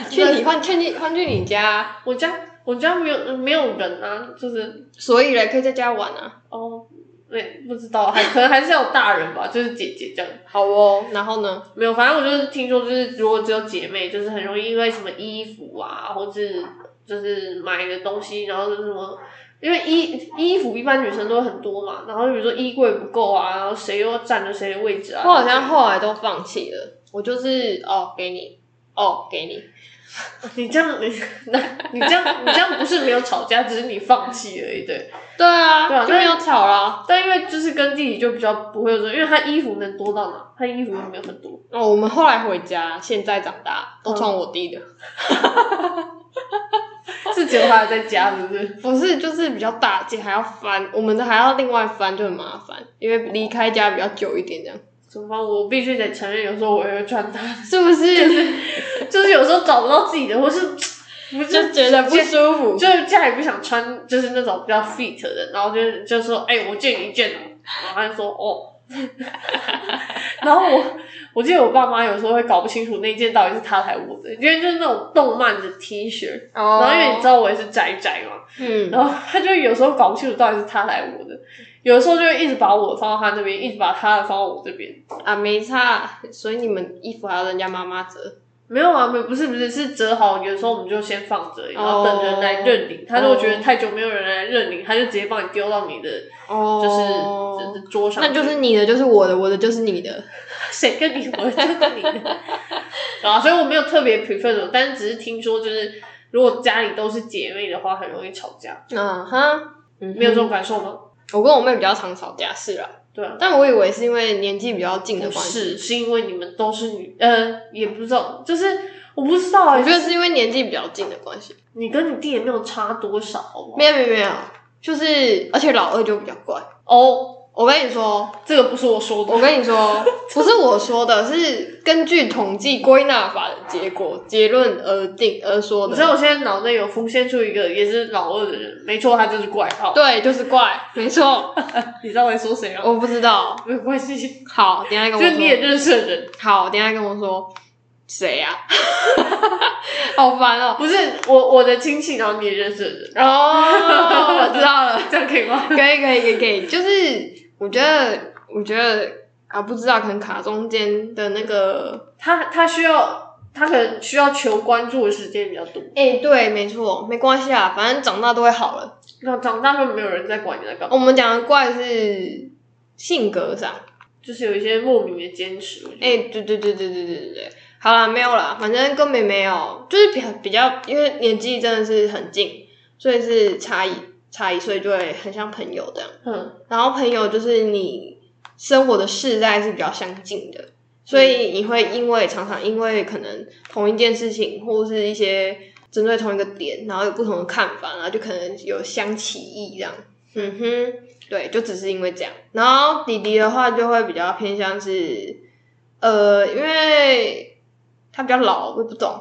[SPEAKER 1] 去你换去你换去你家啊，
[SPEAKER 2] 我家我家没有没有人啊，就是
[SPEAKER 1] 所以嘞可以在家玩啊。
[SPEAKER 2] 哦，对，不知道，还可能还是要有大人吧，就是姐姐这样。
[SPEAKER 1] 好哦，然后呢？
[SPEAKER 2] 没有，反正我就是听说，就是如果只有姐妹，就是很容易因为什么衣服啊，或是就是买的东西，然后就是什么，因为衣衣服一般女生都很多嘛，然后比如说衣柜不够啊，然后谁又占了谁的位置啊，
[SPEAKER 1] 我好像后来都放弃了，我就是哦给你，哦给你，
[SPEAKER 2] 你这样 [LAUGHS] 你那你这样你这样不是没有吵架，只是你放弃而已，对。
[SPEAKER 1] 对啊，
[SPEAKER 2] 对啊
[SPEAKER 1] 就没有吵啦。
[SPEAKER 2] 但因为就是跟弟弟就比较不会有这种，因为他衣服能多到哪，他衣服又没有很多，
[SPEAKER 1] 哦，我们后来回家，现在长大都穿我弟的，
[SPEAKER 2] 是只有他在家，是不是？
[SPEAKER 1] 不是就是比较大件还要翻，我们的还要另外翻就很麻烦，因为离开家比较久一点，这样
[SPEAKER 2] 怎么办？我必须得承认，有时候我也会穿他的
[SPEAKER 1] 是不是？
[SPEAKER 2] 就是有时候找不到自己的，或是不
[SPEAKER 3] 就觉得不舒服。
[SPEAKER 2] 就是家里不想穿，就是那种比较 fit 的，然后就就说，哎、我借你一件哦，然后他就说，哦， [LAUGHS] 然后我我记得我爸妈有时候会搞不清楚那件到底是他才我的，因为就是那种动漫的 T 恤，然后因为你知道我也是宅宅嘛，
[SPEAKER 1] 嗯，
[SPEAKER 2] 然后他就有时候搞不清楚到底是他来我的，有的时候就会一直把我放到他那边，一直把他的放到我这边，
[SPEAKER 3] 啊，没差，所以你们衣服还要人家妈妈折。
[SPEAKER 2] 没有啊，没有，不是不是，是折好，有时候我们就先放着，然后等人来认领。他如果觉得太久没有人来认领，他就直接帮你丢到你的
[SPEAKER 1] 哦
[SPEAKER 2] 就是就是桌上去。
[SPEAKER 1] 那就是你的就是我的，我的就是你的。
[SPEAKER 2] 谁跟你我就是你的。然后所以我没有特别 prefer 的，但是只是听说就是如果家里都是姐妹的话，很容易吵架。
[SPEAKER 1] 嗯哈，嗯哼
[SPEAKER 2] 没有这种感受吗？
[SPEAKER 1] 我跟我妹比较常吵架，是啦。
[SPEAKER 2] 对啊。
[SPEAKER 1] 但我以为是因为年纪比较近的
[SPEAKER 2] 不
[SPEAKER 1] 关系，
[SPEAKER 2] 是，是因为你们都是女，呃，也不知道，就是我不知道
[SPEAKER 1] 我
[SPEAKER 2] 哎、
[SPEAKER 1] 觉得是因为年纪比较近的关系。
[SPEAKER 2] 你跟你弟也没有差多少，好不好？
[SPEAKER 1] 没有没有没有，就是而且老二就比较乖。
[SPEAKER 2] 哦，
[SPEAKER 1] 我跟你说，
[SPEAKER 2] 这个不是我说的，
[SPEAKER 1] 我跟你说，不是我说的，是根据统计归纳法的结果结论而定而说
[SPEAKER 2] 你知道
[SPEAKER 1] 的。
[SPEAKER 2] 我现在脑内有浮现出一个也是老二的人，没错，他就是怪号。
[SPEAKER 1] 对，就是怪，没错。
[SPEAKER 2] 你知道我在说谁吗？啊
[SPEAKER 1] 我不知道。
[SPEAKER 2] 没关系，
[SPEAKER 1] 好，等一下跟
[SPEAKER 2] 就
[SPEAKER 1] 我说。
[SPEAKER 2] 你也认识的人，
[SPEAKER 1] 好，等一下跟我说谁 [LAUGHS] 呀、啊？好烦哦、
[SPEAKER 2] 不是我我的亲戚，然后你也认识的人，
[SPEAKER 1] 哦，我知道了，
[SPEAKER 2] 这样可以吗？
[SPEAKER 1] 可以可以可以可以，就是我觉得我觉得啊，不知道可能卡中间的那个，
[SPEAKER 2] [LAUGHS] 他他需要他可能需要求关注的时间比较多，
[SPEAKER 1] 哎、对，没错，没关系啊，反正长大都会好了。
[SPEAKER 2] 那长大后没有人在管你在干嘛，
[SPEAKER 1] 我们讲的怪是性格上，
[SPEAKER 2] 就是有一些莫名的坚持。
[SPEAKER 1] 哎、对对对对对对对对，好啦，没有啦，反正跟妹妹有，就是比较比较，因为年纪真的是很近，所以是差一差一岁就会很像朋友这样。
[SPEAKER 2] 嗯，
[SPEAKER 1] 然后朋友就是你生活的世代是比较相近的，所以你会因为常常因为可能同一件事情或是一些针对同一个点，然后有不同的看法，然后就可能有相歧义这样。嗯哼，对，就只是因为这样。然后弟弟的话就会比较偏向是，呃，因为他比较老，我也不懂，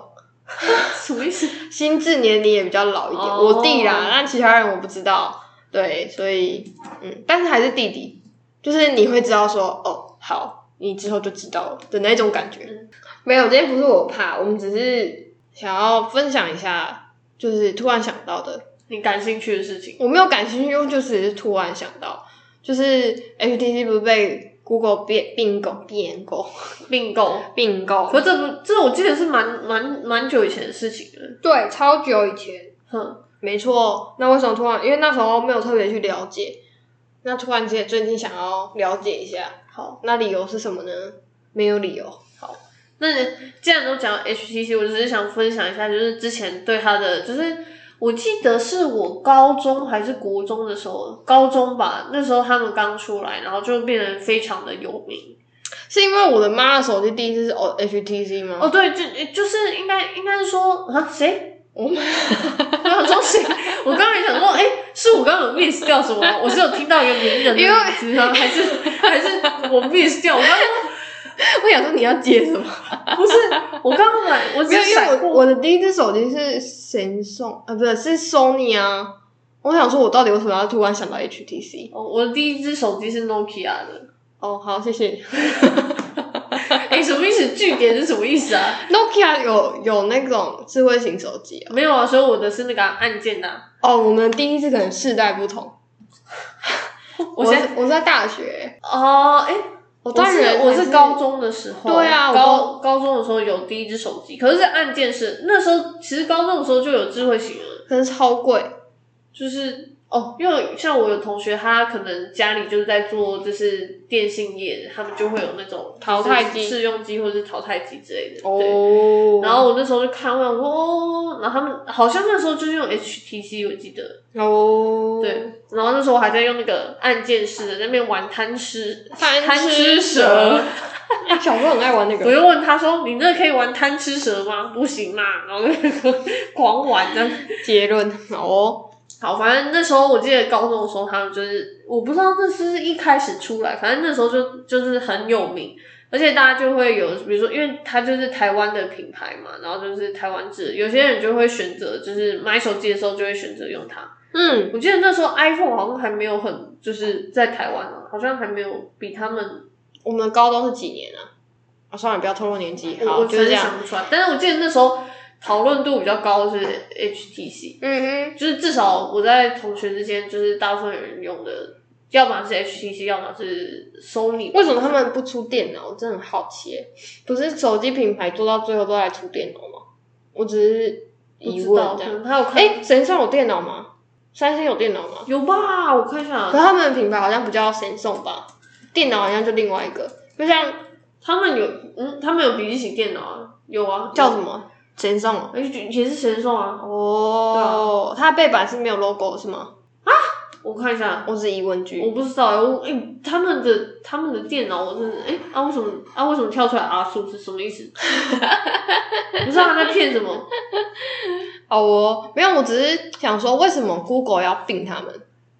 [SPEAKER 2] 什么意思？ [LAUGHS]
[SPEAKER 1] 心智年龄也比较老一点。
[SPEAKER 2] 哦
[SPEAKER 1] 我弟啦，但其他人我不知道。对，所以嗯，但是还是弟弟，就是你会知道说，哦，好，你之后就知道了的那种感觉。
[SPEAKER 2] 嗯
[SPEAKER 1] 没有，今天不是我怕，我们只是想要分享一下，就是突然想到的。
[SPEAKER 2] 你感兴趣的事情，
[SPEAKER 1] 我没有感兴趣，我就只是突然想到，就是 HTC 不是被 Google 变并购并购
[SPEAKER 2] 并购。
[SPEAKER 1] 并购
[SPEAKER 2] 可这不，这我记得是蛮蛮蛮久以前的事情了。嗯
[SPEAKER 1] 对，超久以前。
[SPEAKER 2] 哼，
[SPEAKER 1] 没错，那为什么突然？因为那时候没有特别去了解，那突然间最近想要了解一下，
[SPEAKER 2] 好，
[SPEAKER 1] 那理由是什么呢？没有理由。
[SPEAKER 2] 那你既然都讲到 HTC，我只是想分享一下，就是之前对他的，就是我记得是我高中还是国中的时候，高中吧，那时候他们刚出来，然后就变得非常的有名。
[SPEAKER 1] 是因为我的妈的手机第一次是 O HTC 吗？
[SPEAKER 2] 哦，对，就就是应该应该是说啊，谁？
[SPEAKER 1] 我 [LAUGHS] 妈，
[SPEAKER 2] 我想说谁？我刚才想说，哎、是我刚刚有 miss 掉什么吗？我是有听到一个名人的
[SPEAKER 1] 因为
[SPEAKER 2] 名字吗？还是还是我 miss 掉？我刚刚
[SPEAKER 1] 我想说你要接什么？
[SPEAKER 2] 不是，我刚刚买，我只
[SPEAKER 1] 没有，
[SPEAKER 2] 是
[SPEAKER 1] 因
[SPEAKER 2] 闪
[SPEAKER 1] 为
[SPEAKER 2] 过
[SPEAKER 1] 我我的第一只手机是神送啊，不是是 Sony 啊。我想说，我到底为什么要突然想到 HTC？
[SPEAKER 2] 哦，我的第一只手机是 Nokia 的。
[SPEAKER 1] 哦，好，谢谢。
[SPEAKER 2] [LAUGHS] 哎、什么意思？据点是什么意思啊？
[SPEAKER 1] Nokia 有有那种智慧型手机啊。
[SPEAKER 2] 没有啊，所以我的是那个啊按键呐、啊。
[SPEAKER 1] 哦，我们第一次可能世代不同。我
[SPEAKER 2] 我现
[SPEAKER 1] 是
[SPEAKER 2] 在
[SPEAKER 1] 我是在大学，
[SPEAKER 2] 哦，哎、
[SPEAKER 1] 我
[SPEAKER 2] 我
[SPEAKER 1] 当
[SPEAKER 2] 是
[SPEAKER 1] 然
[SPEAKER 2] 我是高中的时候，
[SPEAKER 1] 对啊我
[SPEAKER 2] 高高中的时候有第一只手机，可是按键是那时候，其实高中的时候就有智慧型了，
[SPEAKER 1] 可是超贵，
[SPEAKER 2] 就是哦，因为像我有同学，他可能家里就是在做就是电信业，他们就会有那种
[SPEAKER 1] 淘汰机
[SPEAKER 2] 试用机或者是淘汰机之类的，对。
[SPEAKER 1] 哦
[SPEAKER 2] 然后我那时候就看，我想说哦，然后他们好像那时候就是用 HTC，我记得，
[SPEAKER 1] 哦，
[SPEAKER 2] 对，然后那时候我还在用那个按键式的，在那边玩贪吃
[SPEAKER 1] 贪
[SPEAKER 2] 吃
[SPEAKER 1] 吃
[SPEAKER 2] 蛇
[SPEAKER 1] 蛇。哎小时候很爱玩那
[SPEAKER 2] 我
[SPEAKER 1] 个，
[SPEAKER 2] 就问他说：“你那可以玩贪吃蛇吗？”不行嘛， [LAUGHS] 然后就狂玩这样。
[SPEAKER 1] 结论哦，
[SPEAKER 2] [LAUGHS] 好，反正那时候我记得高中的时候，他们就是我不知道那是一开始出来，反正那时候就就是很有名。而且大家就会有，比如说，因为它就是台湾的品牌嘛，然后就是台湾制，有些人就会选择，就是买手机的时候就会选择用它。
[SPEAKER 1] 嗯，
[SPEAKER 2] 我记得那时候 iPhone 好像还没有很，就是在台湾啊，好像还没有比他们，
[SPEAKER 1] 我们高中是几年啊？啊，算了，不要透露年纪，
[SPEAKER 2] 我
[SPEAKER 1] 好，
[SPEAKER 2] 我
[SPEAKER 1] 就是
[SPEAKER 2] 真的
[SPEAKER 1] 这样。
[SPEAKER 2] 想不出来。但是我记得那时候讨论度比较高的是 HTC，
[SPEAKER 1] 嗯
[SPEAKER 2] 就是至少我在同学之间，就是大部分人用的，要么是 HTC，要么是 Sony 吧。
[SPEAKER 1] 为什么他们不出电脑？我真的很好奇耶。不是手机品牌做到最后都来出电脑吗？我只是
[SPEAKER 2] 不
[SPEAKER 1] 疑
[SPEAKER 2] 知
[SPEAKER 1] 问
[SPEAKER 2] 道？嗯
[SPEAKER 1] 这
[SPEAKER 2] 可
[SPEAKER 1] 样。
[SPEAKER 2] 能他有看、
[SPEAKER 1] 哎，神送有电脑吗？三星有电脑吗？
[SPEAKER 2] 有吧？我看一下
[SPEAKER 1] 可，他们的品牌好像不叫神送吧？电脑好像就另外一个，就像
[SPEAKER 2] 他们有嗯，他们有笔记型电脑啊，有啊，
[SPEAKER 1] 叫什么神送哦。
[SPEAKER 2] 哎也是神送啊，
[SPEAKER 1] 哦，它的背板是没有 logo 是吗？
[SPEAKER 2] 我看一下。
[SPEAKER 1] 我只疑问句。
[SPEAKER 2] 我不知道哎、我哎、他们的他们的电脑，我真的哎、啊，为什么啊为什么跳出来阿叔是什么意思？ [LAUGHS] 不知道他在骗什么？
[SPEAKER 1] 哦，我没有，我只是想说，为什么 Google 要并他们？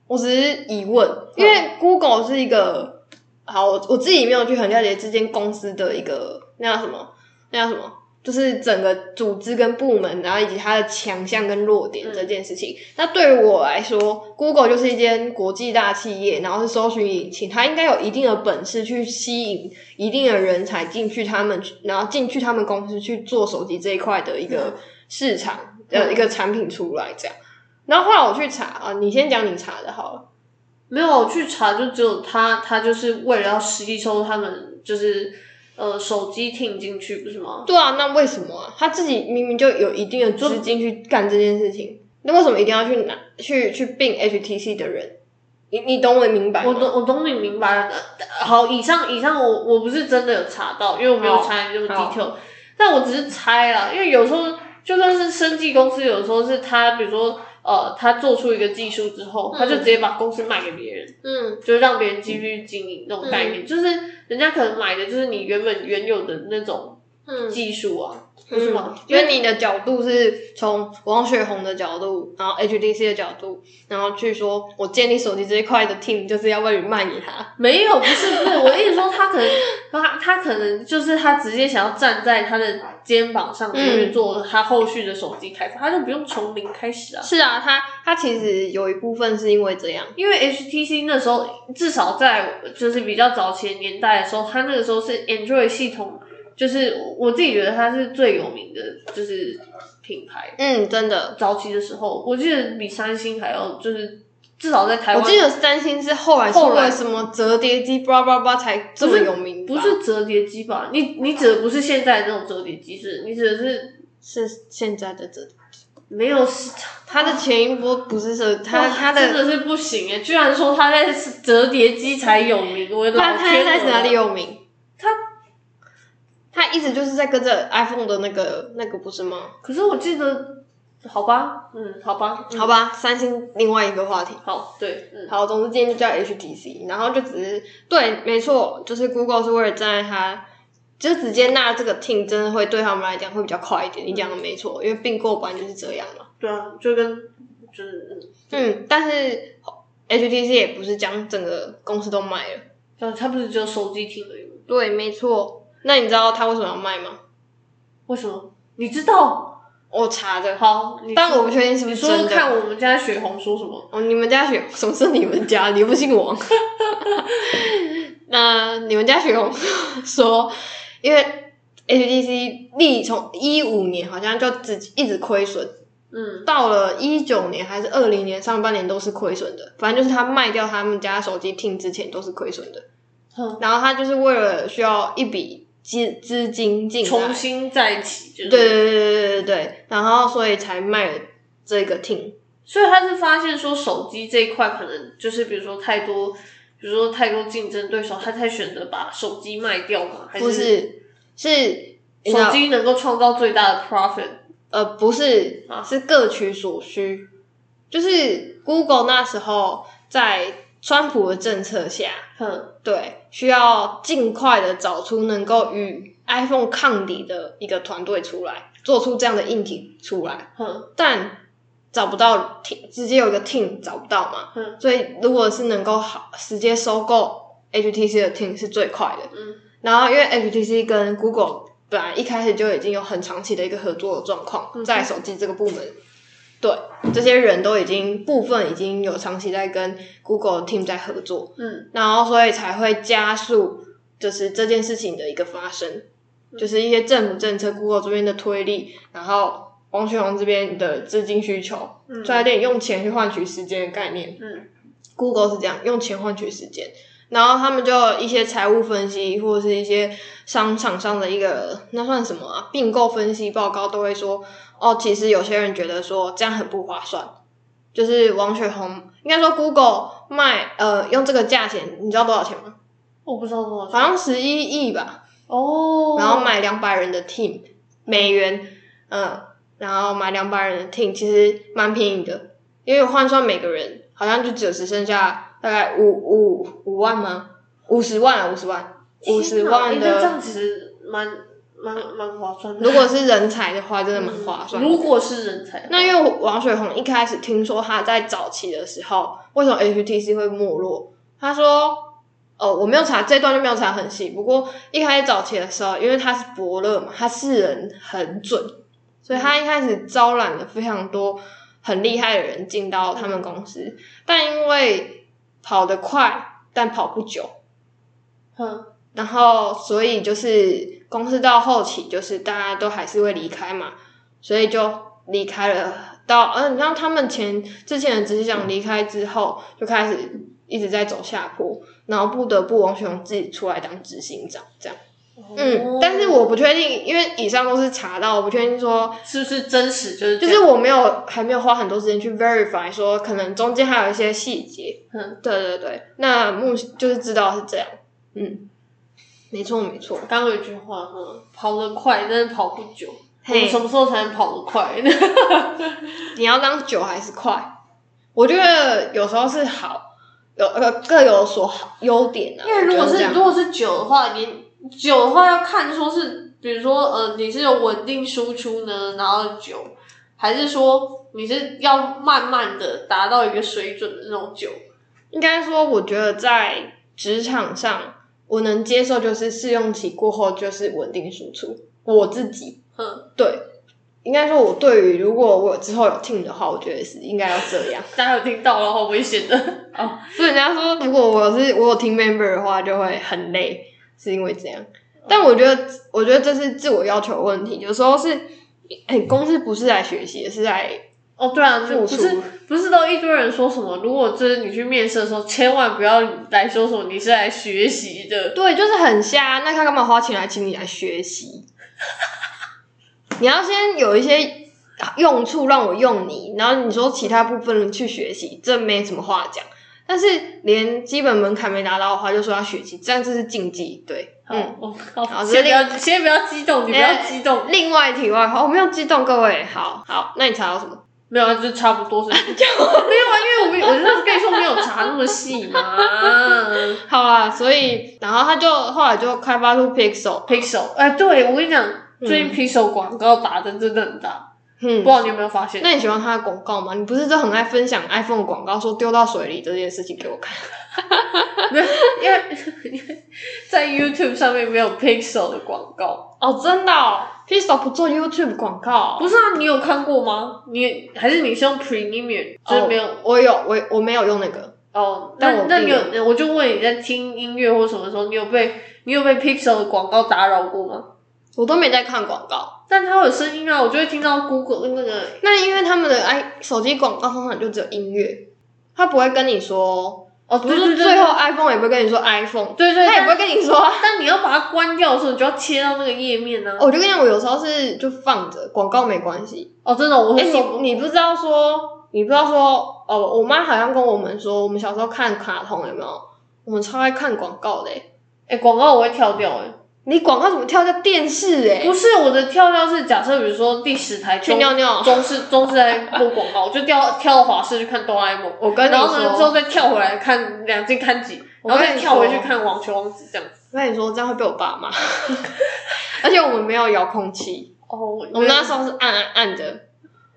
[SPEAKER 1] 我只是疑问，因为 Google 是一个好，我我自己没有去很了解这间公司的一个那叫什么，那叫什么，就是整个组织跟部门，然后以及它的强项跟弱点
[SPEAKER 2] 嗯
[SPEAKER 1] 这件事情。那对于我来说，Google 就是一间国际大企业，然后是搜寻引擎，它应该有一定的本事去吸引一定的人才进去他们，然后进去他们公司去做手机这一块的一个市场。呃
[SPEAKER 2] 嗯
[SPEAKER 1] 一个产品出来这样。然后后来我去查啊，你先讲你查的好了。
[SPEAKER 2] 没有，啊我去查就只有他，他就是为了要吸收他们，就是呃手机听进去，不是吗？
[SPEAKER 1] 对啊，那为什么啊？他自己明明就有一定的资金去干这件事情，那为什么一定要去拿去去并 HTC 的人？你你懂我明白吗
[SPEAKER 2] 我懂，我懂你明白了。呃好，以上以上我我不是真的有查到，因为我没有
[SPEAKER 1] 好
[SPEAKER 2] 查你这么
[SPEAKER 1] 好
[SPEAKER 2] detail，但我只是猜啦，因为有时候就算是生技公司，有时候是他，比如说呃，他做出一个技术之后，他就直接把公司卖给别人，
[SPEAKER 1] 嗯
[SPEAKER 2] 就让别人继续经营这种概念，就是人家可能买的就是你原本原有的那种
[SPEAKER 1] 嗯，
[SPEAKER 2] 技术啊，不是吗
[SPEAKER 1] 嗯？，因为你的角度是从王雪红的角度，然后 HTC 的角度，然后去说我建立手机这一块的 team 就是要为了卖给他。
[SPEAKER 2] 没有，不是不是，我一直说他可能他他可能就是他直接想要站在他的肩膀上，
[SPEAKER 1] 嗯
[SPEAKER 2] 就是做他后续的手机开发，他就不用从零开始啊。
[SPEAKER 1] 是啊，他他其实有一部分是因为这样。
[SPEAKER 2] 因为 HTC 那时候至少在就是比较早前年代的时候，它那个时候是 Android 系统，就是我自己觉得它是最有名的，就是品牌。
[SPEAKER 1] 嗯，真的，
[SPEAKER 2] 早期的时候，我记得比三星还要就是至少在台
[SPEAKER 1] 我
[SPEAKER 2] 湾，
[SPEAKER 1] 记得三星是后来出了什么折叠机，叭叭叭才这么有名吧
[SPEAKER 2] 不是折叠机吧？你你指的不是现在的那种折叠机，是你指的是
[SPEAKER 1] 是现在的折叠，
[SPEAKER 2] 没有市场，
[SPEAKER 1] 它的前一波不是折，它
[SPEAKER 2] 哇
[SPEAKER 1] 它
[SPEAKER 2] 真
[SPEAKER 1] 的
[SPEAKER 2] 的是不行哎！居然说他在折叠机才有名，我的
[SPEAKER 1] 它
[SPEAKER 2] 老
[SPEAKER 1] 它
[SPEAKER 2] 天
[SPEAKER 1] 在
[SPEAKER 2] 鹅！
[SPEAKER 1] 哪里有名？
[SPEAKER 2] 它
[SPEAKER 1] 它一直就是在跟着 iPhone 的那个那个不是吗？
[SPEAKER 2] 可是我记得，好吧，嗯，好吧，嗯
[SPEAKER 1] 好吧，三星另外一个话题。
[SPEAKER 2] 好，对，嗯，
[SPEAKER 1] 好，总之今天就叫 HTC，然后就只是对，没错，就是 Google 是为了站在它，就是直接纳这个 team，真的会对他们来讲会比较快一点。你讲的没错，因为并购版就是这样嘛。
[SPEAKER 2] 对啊，就跟就是，
[SPEAKER 1] 嗯，但是 HTC 也不是将整个公司都卖了。
[SPEAKER 2] 嗯，他不是只有手机听而已吗？
[SPEAKER 1] 对，没错。那你知道他为什么要卖吗？
[SPEAKER 2] 为什么？你知道？
[SPEAKER 1] 我查的，
[SPEAKER 2] 好，你
[SPEAKER 1] 但
[SPEAKER 2] 说
[SPEAKER 1] 我不确定是不
[SPEAKER 2] 你
[SPEAKER 1] 是
[SPEAKER 2] 说说
[SPEAKER 1] 真的。
[SPEAKER 2] 看我们家雪红说什么？
[SPEAKER 1] 哦，你们家雪什么是你们家？你不姓 [LAUGHS] 王？那你们家雪红说，因为 HTC 历从一五年好像就只一直亏损，
[SPEAKER 2] 嗯，
[SPEAKER 1] 到了一九年还是二零年上半年都是亏损的，反正就是他卖掉他们家手机 T 之前都是亏损的。
[SPEAKER 2] 哼
[SPEAKER 1] 然后他就是为了需要一笔资资金进来，
[SPEAKER 2] 重新再起，就是
[SPEAKER 1] 对对对对对对对，然后所以才卖了这个 T。
[SPEAKER 2] 所以他是发现说手机这一块可能就是比如说太多，比如说太多竞争对手，他才选择把手机卖掉吗？还
[SPEAKER 1] 不是，是你知道
[SPEAKER 2] 手机能够创造最大的 profit？
[SPEAKER 1] 呃，不是
[SPEAKER 2] 啊，
[SPEAKER 1] 是各取所需。就是 Google 那时候在川普的政策下，
[SPEAKER 2] 哼，
[SPEAKER 1] 对，需要尽快的找出能够与 iPhone 抗敌的一个团队出来，做出这样的硬体出来。
[SPEAKER 2] 哼，
[SPEAKER 1] 但找不到 team，直接有一个 team 找不到嘛，
[SPEAKER 2] 嗯
[SPEAKER 1] 所以如果是能够好直接收购 HTC 的 team 是最快的，
[SPEAKER 2] 嗯
[SPEAKER 1] 然后因为 HTC 跟 Google 本来一开始就已经有很长期的一个合作的状况，
[SPEAKER 2] 嗯
[SPEAKER 1] 在手机这个部门，对这些人都已经部分已经有长期在跟 Google team 在合作，
[SPEAKER 2] 嗯，
[SPEAKER 1] 然后所以才会加速就是这件事情的一个发生，
[SPEAKER 2] 嗯
[SPEAKER 1] 就是一些政府政策、Google 这边的推力，然后王学宏这边的资金需求，
[SPEAKER 2] 嗯
[SPEAKER 1] 所以有点用钱去换取时间的概念。
[SPEAKER 2] 嗯
[SPEAKER 1] ，Google 是这样，用钱换取时间。然后他们就有一些财务分析或者是一些商场上的一个那算什么啊？并购分析报告都会说，哦，其实有些人觉得说这样很不划算，就是王雪红应该说 Google 卖呃用这个价钱，你知道多少钱吗？
[SPEAKER 2] 我不知道多少
[SPEAKER 1] 好
[SPEAKER 2] 钱
[SPEAKER 1] 像十一亿吧，
[SPEAKER 2] 哦，
[SPEAKER 1] 然后买两百人的 team 美元，嗯，然后买两百人的 team 其实蛮便宜的，因为换算每个人好像就只只剩下大概五五五万吗？五十万啊，五十万，五十万
[SPEAKER 2] 天哪诶那
[SPEAKER 1] 的。
[SPEAKER 2] 这样其实蛮蛮蛮划算的。
[SPEAKER 1] 如果是人才的话，真的蛮划算的。
[SPEAKER 2] 如果是人才的话，
[SPEAKER 1] 那因为王雪红一开始听说他在早期的时候，为什么 HTC 会没落？他说，哦，我没有查这段就没有查很细。不过一开始早期的时候，因为他是伯乐嘛，他识人很准，所以他一开始招揽了非常多很厉害的人进到他们公司，但因为跑得快，但跑不久，
[SPEAKER 2] 嗯
[SPEAKER 1] 然后所以就是公司到后期就是大家都还是会离开嘛，所以就离开了到嗯，让他们前之前的执行长离开之后，就开始一直在走下坡，然后不得不王雪红自己出来当执行长这样。嗯
[SPEAKER 2] 哦，
[SPEAKER 1] 但是我不确定，因为以上都是查到，我不确定说
[SPEAKER 2] 是不是真实就是
[SPEAKER 1] 就
[SPEAKER 2] 这
[SPEAKER 1] 是
[SPEAKER 2] 样
[SPEAKER 1] 我没有还没有花很多时间去 verify，说可能中间还有一些细节。
[SPEAKER 2] 嗯，
[SPEAKER 1] 对对对，那目就是知道是这样。嗯，没错没错。
[SPEAKER 2] 刚刚有一句话哈，跑得快，但是跑不久。我
[SPEAKER 1] 嘿
[SPEAKER 2] 们什么时候才能跑得快？ [LAUGHS]
[SPEAKER 1] 你要当久还是快？我觉得有时候是好，有呃各有所好优点啊。
[SPEAKER 2] 因为如果
[SPEAKER 1] 我觉得这
[SPEAKER 2] 是
[SPEAKER 1] 样
[SPEAKER 2] 如果是酒的话，你酒的话要看说是，比如说呃，你是有稳定输出呢，然后酒，还是说你是要慢慢的达到一个水准的那种酒？
[SPEAKER 1] 应该说，我觉得在职场上，我能接受就是试用期过后就是稳定输出。我自己
[SPEAKER 2] 嗯，
[SPEAKER 1] 对，应该说我对于如果我之后有听的话，我觉得是应该要这样。
[SPEAKER 2] 大家有听到了，好危险的。
[SPEAKER 1] [LAUGHS] 所以人家说，如果我是我有 team member 的话，就会很累，是因为这样。但我觉得，我觉得这是自我要求的问题。有时候是，哎、公司不是来学习，是来
[SPEAKER 2] [LAUGHS] 哦，对啊，不
[SPEAKER 1] 付出
[SPEAKER 2] 是不是都一堆人说什么？如果就是你去面试的时候，千万不要来说什么你是来学习的。
[SPEAKER 1] 对，就是很瞎。那他干嘛花钱来请你来学习？你要先有一些用处让我用你，然后你说其他部分去学习，这没什么话讲。但是连基本门槛没达到的话，就说要学习，这样这是禁忌。对，嗯。
[SPEAKER 2] 好，哦好，哎
[SPEAKER 1] 好
[SPEAKER 2] 先
[SPEAKER 1] 这
[SPEAKER 2] 不
[SPEAKER 1] 里
[SPEAKER 2] 要先不要激动，你不要激动，
[SPEAKER 1] 另外题外话，我没有激动，各位，好好，那你查到什么？
[SPEAKER 2] 没有，啊，就差不多是没有啊，因为我没有，我就是跟你说没有查那么细嘛。 [LAUGHS]
[SPEAKER 1] 好啦，所以然后他就后来就开发出 Pixel，
[SPEAKER 2] Pixel，哎、对我跟你讲，最近 Pixel 广告打的真的很大，不
[SPEAKER 1] 嗯
[SPEAKER 2] 知，道你有没有发现？
[SPEAKER 1] 那你喜欢他的广告吗？你不是就很爱分享 iPhone 广告，说丢到水里这件事情给我看？
[SPEAKER 2] 因为因为 [LAUGHS] 在 YouTube 上面没有 Pixel 的广告，
[SPEAKER 1] 哦，真的、哦、，Pixel 不做 YouTube 广告、
[SPEAKER 2] 不是啊？你有看过吗？你还是你是用 Premium，就是没有哦
[SPEAKER 1] 我有，我我没有用那个，但
[SPEAKER 2] 那
[SPEAKER 1] 我
[SPEAKER 2] 那
[SPEAKER 1] 并
[SPEAKER 2] 你有？我就问你在听音乐或什么时候，你有被你有被 Pixel 的广告打扰过吗？
[SPEAKER 1] 我都没在看广告。
[SPEAKER 2] 但它有声音啊，我就会听到 Google 那个
[SPEAKER 1] 那因为他们的 i 手机广告通常就只有音乐，他不会跟你说，
[SPEAKER 2] 哦，
[SPEAKER 1] 不
[SPEAKER 2] 对对
[SPEAKER 1] 是
[SPEAKER 2] 对
[SPEAKER 1] 最后 iPhone 也不会跟你说 iPhone，
[SPEAKER 2] 对对，
[SPEAKER 1] 他也
[SPEAKER 2] 但
[SPEAKER 1] 不会跟你说啊。
[SPEAKER 2] 但你要把它关掉的时候，你就要切到那个页面啊呢、
[SPEAKER 1] 哦我就跟你讲，我有时候是就放着广告没关系。
[SPEAKER 2] 哦，真的，我
[SPEAKER 1] 哎、
[SPEAKER 2] 会受不
[SPEAKER 1] 你你不知道说，你不知道说，哦，我妈好像跟我们说，我们小时候看卡通有没有？我们超爱看广告的、欸。
[SPEAKER 2] 哎、广告我会跳掉哎、
[SPEAKER 1] 你广告怎么跳在电视、欸？
[SPEAKER 2] 不是我的跳掉是假设，比如说第十台
[SPEAKER 1] 去
[SPEAKER 2] 中
[SPEAKER 1] 尿尿。
[SPEAKER 2] 中视中视在播广告，我就跳跳到华视去看哆啦 A 梦，
[SPEAKER 1] 我跟你
[SPEAKER 2] 然后呢之后
[SPEAKER 1] 说，
[SPEAKER 2] 再跳回来看两进看几，
[SPEAKER 1] 我
[SPEAKER 2] 然
[SPEAKER 1] 跟
[SPEAKER 2] 后
[SPEAKER 1] 你
[SPEAKER 2] 再跳回去
[SPEAKER 1] 说
[SPEAKER 2] 看网球王子这样子。
[SPEAKER 1] 我跟你说，这样会被我爸骂。 [LAUGHS] 而且我们没有遥控器，
[SPEAKER 2] 哦，
[SPEAKER 1] 我们那时候是按按按的。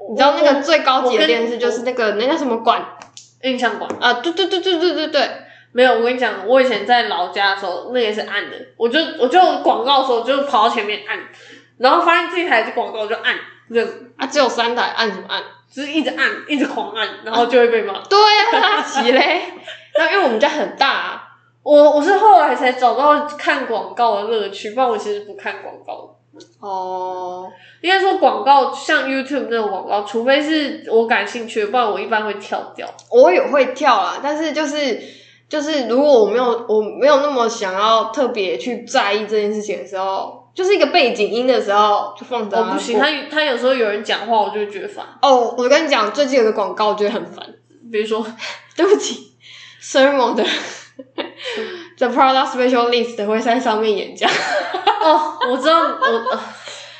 [SPEAKER 1] 你知道那个最高级的电视就是那个那叫什么管
[SPEAKER 2] 印象馆，
[SPEAKER 1] 啊？对对对对对对对。
[SPEAKER 2] 没有，我跟你讲，我以前在老家的时候，那也是按的，我就我就广告的时候就跑到前面按，然后发现这一台是广告就按，这样子
[SPEAKER 1] 啊，只有三台，按什么按？
[SPEAKER 2] 就是一直按，一直狂按，然后就会被骂。
[SPEAKER 1] 对啊，急嘞。那因为我们家很大、啊，
[SPEAKER 2] 我我是后来才找到看广告的乐趣，不然我其实不看广告。
[SPEAKER 1] 哦，
[SPEAKER 2] 应该说广告像 YouTube 那种广告，除非是我感兴趣的，不然我一般会跳掉。
[SPEAKER 1] 我也会跳啦，但是就是就是，如果我没有我没有那么想要特别去在意这件事情的时候，就是一个背景音的时候就放着、
[SPEAKER 2] 我
[SPEAKER 1] 啊。
[SPEAKER 2] 不行，他他有时候有人讲话，我就会觉得烦。
[SPEAKER 1] 哦，我跟你讲，最近有个广告，我觉得很烦。
[SPEAKER 2] 比
[SPEAKER 1] [LAUGHS]
[SPEAKER 2] 如说，哦
[SPEAKER 1] 对不起 [LAUGHS] s e r m o 的 [LAUGHS] The Product Specialist 会在上面演讲，
[SPEAKER 2] 哦，我知道我、呃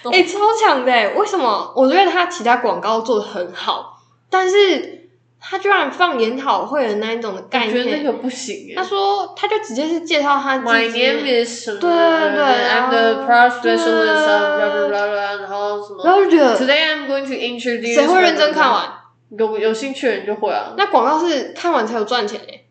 [SPEAKER 2] 哦
[SPEAKER 1] 哎、超强的欸！为什么？我觉得他其他广告做的很好，但是他居然放研讨会的那一种的概
[SPEAKER 2] 我觉得那
[SPEAKER 1] 念。
[SPEAKER 2] 个不行
[SPEAKER 1] 他
[SPEAKER 2] 哎。
[SPEAKER 1] 说，他就直接是介绍他自己。
[SPEAKER 2] My name is 什么？
[SPEAKER 1] 对对对
[SPEAKER 2] ，I'm the proud specialist，blah
[SPEAKER 1] 对
[SPEAKER 2] blah blah blah，然后什
[SPEAKER 1] 然
[SPEAKER 2] 么
[SPEAKER 1] 后就觉得
[SPEAKER 2] ？Today I'm going to introduce。
[SPEAKER 1] 谁会认真看？完？
[SPEAKER 2] 有有兴趣的人就会啊。
[SPEAKER 1] 那广告是看完才有赚钱欸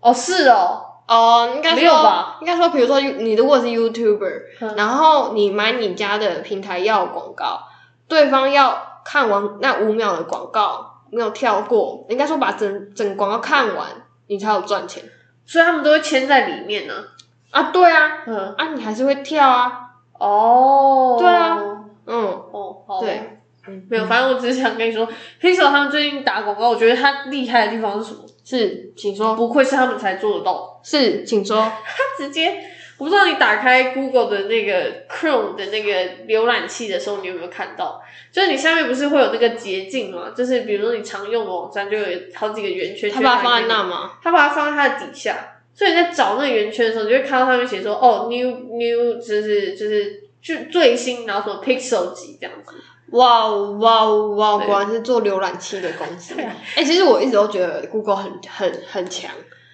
[SPEAKER 2] 哦，是哦，
[SPEAKER 1] 哦，应该说
[SPEAKER 2] 没有吧？
[SPEAKER 1] 应该说，比如说你如果是 YouTuber，
[SPEAKER 2] 嗯
[SPEAKER 1] 然后你买你家的平台要广告，对方要看完那五秒的广告，没有跳过，应该说把整整广告看完，你才有赚钱
[SPEAKER 2] 所以他们都会签在里面呢。
[SPEAKER 1] 啊。对啊，
[SPEAKER 2] 嗯，
[SPEAKER 1] 啊，你还是会跳啊，
[SPEAKER 2] 哦，
[SPEAKER 1] 对啊。嗯，
[SPEAKER 2] 哦，好，
[SPEAKER 1] 对，嗯
[SPEAKER 2] 没有，反正我只是想跟你说，Pixel 他们最近打广告，我觉得他厉害的地方是什么？
[SPEAKER 1] 是，请说，
[SPEAKER 2] 不愧是他们才做得到。
[SPEAKER 1] 是，请说，
[SPEAKER 2] 他直接，我不知道你打开 Google 的那个 Chrome 的那个浏览器的时候，你有没有看到？就是你下面不是会有那个捷径吗？就是比如说你常用的网站，就有好几个圆圈圈，
[SPEAKER 1] 他把它放在那，吗？
[SPEAKER 2] 他把它放在它的底下，所以你在找那个圆圈的时候，你就会看到上面写说哦，new new 就是就是就最新，然后什么 Pixel 级这样子。
[SPEAKER 1] 哇哦哇哦哇哦，
[SPEAKER 2] 对
[SPEAKER 1] 果然是做浏览器的公司。
[SPEAKER 2] 对啊
[SPEAKER 1] 哎、其实我一直都觉得 Google 很很很强，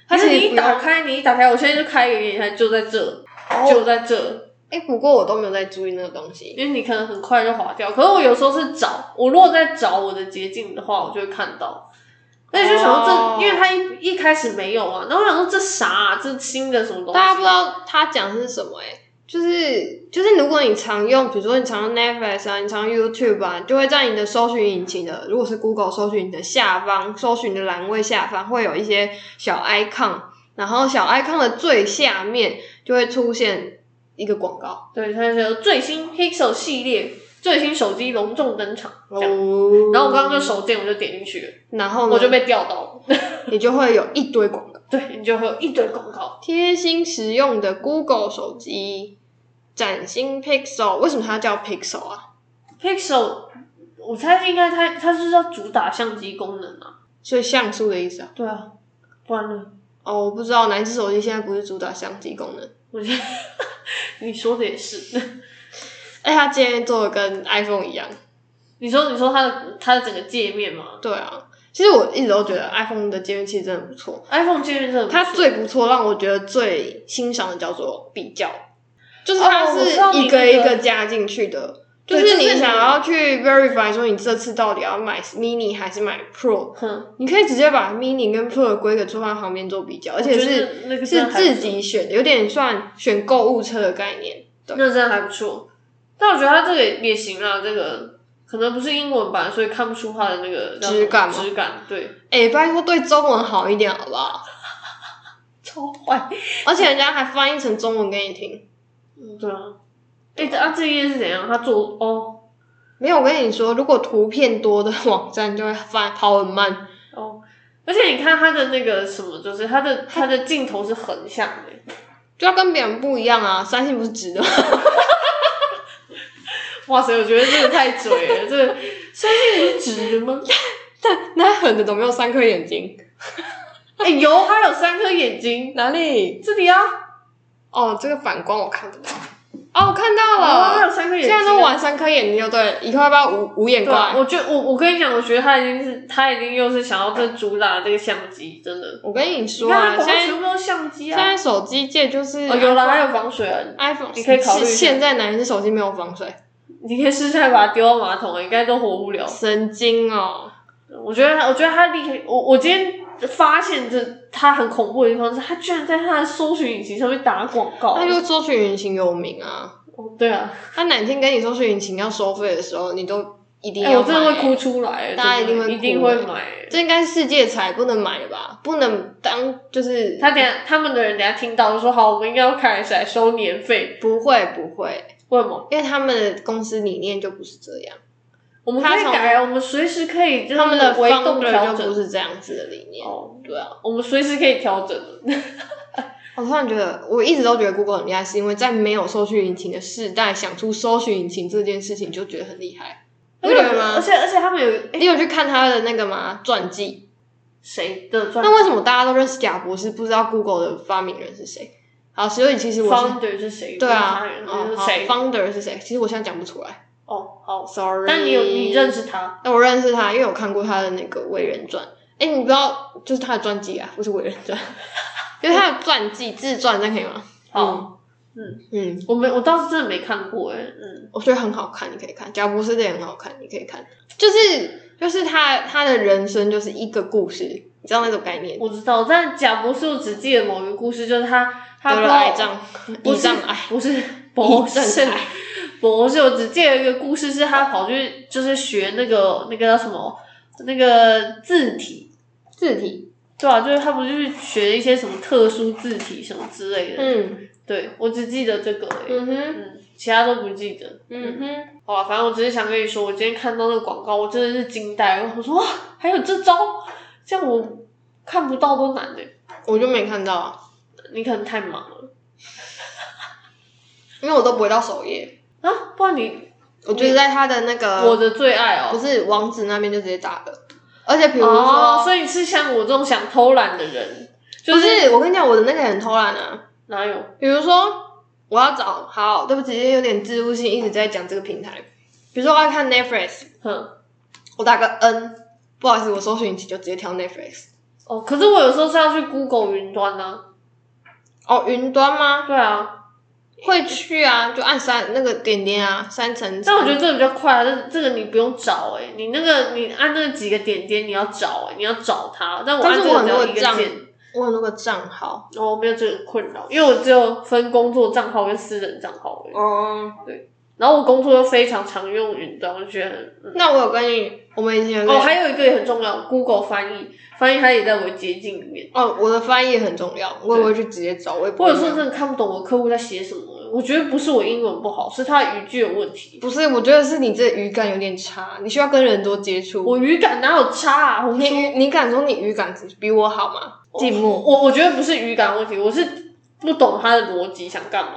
[SPEAKER 1] 它
[SPEAKER 2] 但
[SPEAKER 1] 其
[SPEAKER 2] 是
[SPEAKER 1] 实
[SPEAKER 2] 你一
[SPEAKER 1] 不用
[SPEAKER 2] 打开，你一打开，我现在就开一个给你看，就在这，
[SPEAKER 1] 哦
[SPEAKER 2] 就在这，
[SPEAKER 1] 哎、不过我都没有在注意那个东西。
[SPEAKER 2] 因为你可能很快就划掉。可是我有时候是找，我如果在找我的捷径的话，我就会看到。那你就想说这，
[SPEAKER 1] 哦
[SPEAKER 2] 因为它一一开始没有嘛，然后我想说这啥、啊，这新的什么东西？
[SPEAKER 1] 大家不知道他讲的是什么哎、就是就是，如果你常用，比如说你常用 Netflix 啊，你常用 YouTube 啊，就会在你的搜寻引擎的，如果是 Google 搜寻引擎的下方，搜寻的栏位下方会有一些小 icon，然后小 icon 的最下面就会出现一个广告
[SPEAKER 2] 对，它就说最新 Pixel 系列，最新手机隆重登场。这
[SPEAKER 1] 哦
[SPEAKER 2] 样。然后我刚刚就手贱，我就点进去了，
[SPEAKER 1] 然后呢
[SPEAKER 2] 我就被钓到了。
[SPEAKER 1] 你就会有一堆广告，
[SPEAKER 2] 对你就会有一堆广告，
[SPEAKER 1] 贴心实用的 Google 手机，崭新 Pixel，为什么它叫 Pixel 啊？
[SPEAKER 2] Pixel，我猜应该它它是要主打相机功能啊。
[SPEAKER 1] 所以像素的意思啊？
[SPEAKER 2] 对啊，不然呢？
[SPEAKER 1] 哦，我不知道哪一只手机现在不是主打相机功能。
[SPEAKER 2] 我觉得 [LAUGHS] 你说的也是。
[SPEAKER 1] 哎，它今天做的跟 iPhone 一样。
[SPEAKER 2] 你说你说它的它的整个界面嘛
[SPEAKER 1] 对啊，其实我一直都觉得 iPhone 的界面器真的不错。
[SPEAKER 2] ，iPhone 界面真的不错
[SPEAKER 1] 它最不错，让我觉得最欣赏的叫做比较，就是
[SPEAKER 2] 哦
[SPEAKER 1] 它
[SPEAKER 2] 我知道
[SPEAKER 1] 是
[SPEAKER 2] 你
[SPEAKER 1] 一个
[SPEAKER 2] 那个
[SPEAKER 1] 一个加进去的。就
[SPEAKER 2] 对
[SPEAKER 1] 是
[SPEAKER 2] 就
[SPEAKER 1] 你
[SPEAKER 2] 是你
[SPEAKER 1] 想要去 verify 说你这次到底要买 mini 还是买 pro，
[SPEAKER 2] 哼，
[SPEAKER 1] 你可以直接把 mini 跟 pro 的规格做在旁边做比较，而且
[SPEAKER 2] 我觉得
[SPEAKER 1] 是
[SPEAKER 2] 那个真
[SPEAKER 1] 是
[SPEAKER 2] 的还不
[SPEAKER 1] 自
[SPEAKER 2] 错
[SPEAKER 1] 己选的，有点算选购物车的概念。对
[SPEAKER 2] 那真的还不错。但我觉得它这个也行啊，这个可能不是英文版，所以看不出它的那个叫什么
[SPEAKER 1] 质感吗
[SPEAKER 2] 质感对，
[SPEAKER 1] 哎、拜托对中文好一点好不好？
[SPEAKER 2] 超坏。
[SPEAKER 1] 而且人家还翻译成中文给你听。
[SPEAKER 2] 嗯对啊。哎、这啊，这页是怎样？它做哦
[SPEAKER 1] 没有，我跟你说，如果图片多的网站就会翻跑很慢。
[SPEAKER 2] 哦，而且你看它的那个什么，就是它的它的镜头是横向的。
[SPEAKER 1] 就要跟别人不一样啊！三星不是直的吗， [LAUGHS]
[SPEAKER 2] 哇塞，我觉得这个太
[SPEAKER 1] [LAUGHS]
[SPEAKER 2] 嘴了，这个相信你是直的吗？
[SPEAKER 1] 但那狠的怎么有三颗眼睛？
[SPEAKER 2] 哎、有，它有三颗眼睛，
[SPEAKER 1] 哪里？
[SPEAKER 2] 这里啊，
[SPEAKER 1] 哦，这个反光我看不到。哦，我看到
[SPEAKER 2] 哦，它
[SPEAKER 1] 了。
[SPEAKER 2] 有三颗眼
[SPEAKER 1] 现
[SPEAKER 2] 睛啊。
[SPEAKER 1] 在都玩三颗眼睛就对了，以后要不要五五眼
[SPEAKER 2] 对啊，
[SPEAKER 1] 怪？
[SPEAKER 2] 我觉得我我跟你讲，我觉得他已经是他已经又是想要这主打这个相机，真的。
[SPEAKER 1] 我跟你
[SPEAKER 2] 你
[SPEAKER 1] 说
[SPEAKER 2] 看
[SPEAKER 1] 啊，
[SPEAKER 2] 它广
[SPEAKER 1] 现
[SPEAKER 2] 告
[SPEAKER 1] 在
[SPEAKER 2] 全部都是相机
[SPEAKER 1] 现
[SPEAKER 2] 啊。
[SPEAKER 1] 在手机界就是
[SPEAKER 2] 哦，有了，还有防水啊！
[SPEAKER 1] iPhone，
[SPEAKER 2] 你可以考虑一下
[SPEAKER 1] 现在哪一只手机没有防水？
[SPEAKER 2] 你可以试下把它丢到啊马桶，应该都活不了。
[SPEAKER 1] 神经哦！
[SPEAKER 2] 我觉得他，我觉得他厉害。我我今天发现这它很恐怖的地方是，它居然在它的搜寻引擎上面打广告。
[SPEAKER 1] 那就搜寻引擎有名啊。
[SPEAKER 2] 哦对啊，
[SPEAKER 1] 他哪天跟你搜寻引擎要收费的时候，你都一定
[SPEAKER 2] 哎、
[SPEAKER 1] 要
[SPEAKER 2] 我
[SPEAKER 1] 买、
[SPEAKER 2] 真的会哭出来，
[SPEAKER 1] 大家
[SPEAKER 2] 真的
[SPEAKER 1] 一定会哭
[SPEAKER 2] 一定会买。
[SPEAKER 1] 这应该世界才不能买吧？不能当就是
[SPEAKER 2] 他等下他们的人等下听到就说好，我们应该要开始来收年费，
[SPEAKER 1] 不会不会，
[SPEAKER 2] 为什么？
[SPEAKER 1] 因为他们的公司理念就不是这样，
[SPEAKER 2] 我们可以
[SPEAKER 1] 他从
[SPEAKER 2] 改，啊我们随时可以就是
[SPEAKER 1] 他们的
[SPEAKER 2] 维动
[SPEAKER 1] 方
[SPEAKER 2] 调
[SPEAKER 1] 略就不
[SPEAKER 2] 整。
[SPEAKER 1] 是这样子的理念。
[SPEAKER 2] 哦，
[SPEAKER 1] 对啊，
[SPEAKER 2] 我们随时可以调整。
[SPEAKER 1] 我突然觉得，我一直都觉得 Google 很厉害，是因为在没有搜寻引擎的世代，想出搜寻引擎这件事情，就觉得很厉害。你不觉得
[SPEAKER 2] 而
[SPEAKER 1] 吗？
[SPEAKER 2] 且而且他们有哎
[SPEAKER 1] 你有去看他的那个吗？传记？
[SPEAKER 2] 谁的专
[SPEAKER 1] 那为什么大家都认识贾博士，不知道 Google 的发明人是谁？好，所以其实我是
[SPEAKER 2] founder 是谁？
[SPEAKER 1] 对啊
[SPEAKER 2] 不是他人，
[SPEAKER 1] 哦，
[SPEAKER 2] 是
[SPEAKER 1] 好
[SPEAKER 2] 谁？
[SPEAKER 1] ，founder 是谁？其实我现在讲不出来
[SPEAKER 2] 哦，好。
[SPEAKER 1] ，sorry。
[SPEAKER 2] 但你有你认？识他？
[SPEAKER 1] 那我认识他，因为我看过他的那个《伟人传》。哎，你不知道，就是他的传记啊，不是《伟人传》， [LAUGHS] 就是他的传记自传，这样可以吗？
[SPEAKER 2] 好，
[SPEAKER 1] 嗯，
[SPEAKER 2] 我没我倒是真的没看过哎，嗯，
[SPEAKER 1] 我觉得很好看，你可以看。贾博士的也很好看，你可以看。就是就是他他的人生就是一个故事，你知道那种概念？
[SPEAKER 2] 我知道。但贾博士我只记得某一个故事，就是他他
[SPEAKER 1] 得
[SPEAKER 2] 不知
[SPEAKER 1] 了
[SPEAKER 2] 道
[SPEAKER 1] 癌症，
[SPEAKER 2] 不
[SPEAKER 1] 胰
[SPEAKER 2] 是
[SPEAKER 1] 脏癌。[LAUGHS]
[SPEAKER 2] 不是博士
[SPEAKER 1] 胰脏癌，
[SPEAKER 2] 博士，我只记得一个故事，是他跑去就是学那个那个叫什么那个字体，
[SPEAKER 1] 字体，
[SPEAKER 2] 对啊，就是他不是去学一些什么特殊字体什么之类的，
[SPEAKER 1] 嗯
[SPEAKER 2] 对我只记得这个而已，
[SPEAKER 1] 嗯哼
[SPEAKER 2] 嗯，其他都不记得，
[SPEAKER 1] 嗯哼，
[SPEAKER 2] 好了，反正我只是想跟你说，我今天看到那个广告，我真的是惊呆了。我说哇，还有这招，这样我看不到都难的、欸
[SPEAKER 1] 我就没看到啊，
[SPEAKER 2] 你可能太忙了
[SPEAKER 1] 因为我都不会到首页，
[SPEAKER 2] 啊，不然你、
[SPEAKER 1] 我就是在他的那个
[SPEAKER 2] 我的最爱
[SPEAKER 1] 呃不
[SPEAKER 2] 哦。
[SPEAKER 1] 是网址那边就直接打了，而且比如
[SPEAKER 2] 哦，
[SPEAKER 1] 说，
[SPEAKER 2] 所以你是像我这种想偷懒的人，就
[SPEAKER 1] 不是我跟你讲，我的那个很偷懒啊，
[SPEAKER 2] 哪有？
[SPEAKER 1] 比如说我要找好，对不起，有点植入性，一直在讲这个平台，比如说我要看 Netflix，
[SPEAKER 2] 哼，
[SPEAKER 1] 我打个 N，不好意思，我搜寻引擎就直接挑 Netflix。
[SPEAKER 2] 哦，可是我有时候是要去 Google 云端呢、
[SPEAKER 1] 哦，云端吗？
[SPEAKER 2] 对啊，
[SPEAKER 1] 会去啊，就按三那个点点啊，三层。
[SPEAKER 2] 但我觉得这个比较快啊，这这个你不用找哎、你那个你按那几个点点你要找哎、你要找它，但我
[SPEAKER 1] 但
[SPEAKER 2] 按
[SPEAKER 1] 是我
[SPEAKER 2] 这个
[SPEAKER 1] 很
[SPEAKER 2] 只
[SPEAKER 1] 多
[SPEAKER 2] 要一个
[SPEAKER 1] 账
[SPEAKER 2] 键。，
[SPEAKER 1] 我很多个账号。
[SPEAKER 2] 哦，没有这个困扰，因为我只有分工作账号跟私人账号而已。
[SPEAKER 1] 哦，
[SPEAKER 2] 然后我工作又非常常用云端，我觉得很、
[SPEAKER 1] 那我有跟你，我们以前有
[SPEAKER 2] 嗯、
[SPEAKER 1] 跟
[SPEAKER 2] 哦，
[SPEAKER 1] 你
[SPEAKER 2] 还有一个也很重要，Google 翻译，翻译它也在我的捷径里面。
[SPEAKER 1] 哦，我的翻译很重要，我也会去直接找，我也不
[SPEAKER 2] 或
[SPEAKER 1] 会
[SPEAKER 2] 者说
[SPEAKER 1] 买
[SPEAKER 2] 真的看不懂我客户在写什么，我觉得不是我英文不好，是他的语句有问题。
[SPEAKER 1] 不是，我觉得是你这语感有点差，你需要跟人多接触。
[SPEAKER 2] 我语感哪有差啊？我
[SPEAKER 1] 你你敢说你语感比我好吗？寂寞，
[SPEAKER 2] 我我觉得不是语感问题，我是不懂他的逻辑想干嘛。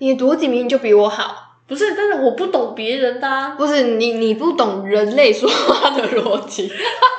[SPEAKER 1] 你的逻辑明明就比我好，
[SPEAKER 2] 不是，但是我不懂别人的、啊。
[SPEAKER 1] 不是你你不懂人类说话的逻辑。 [LAUGHS]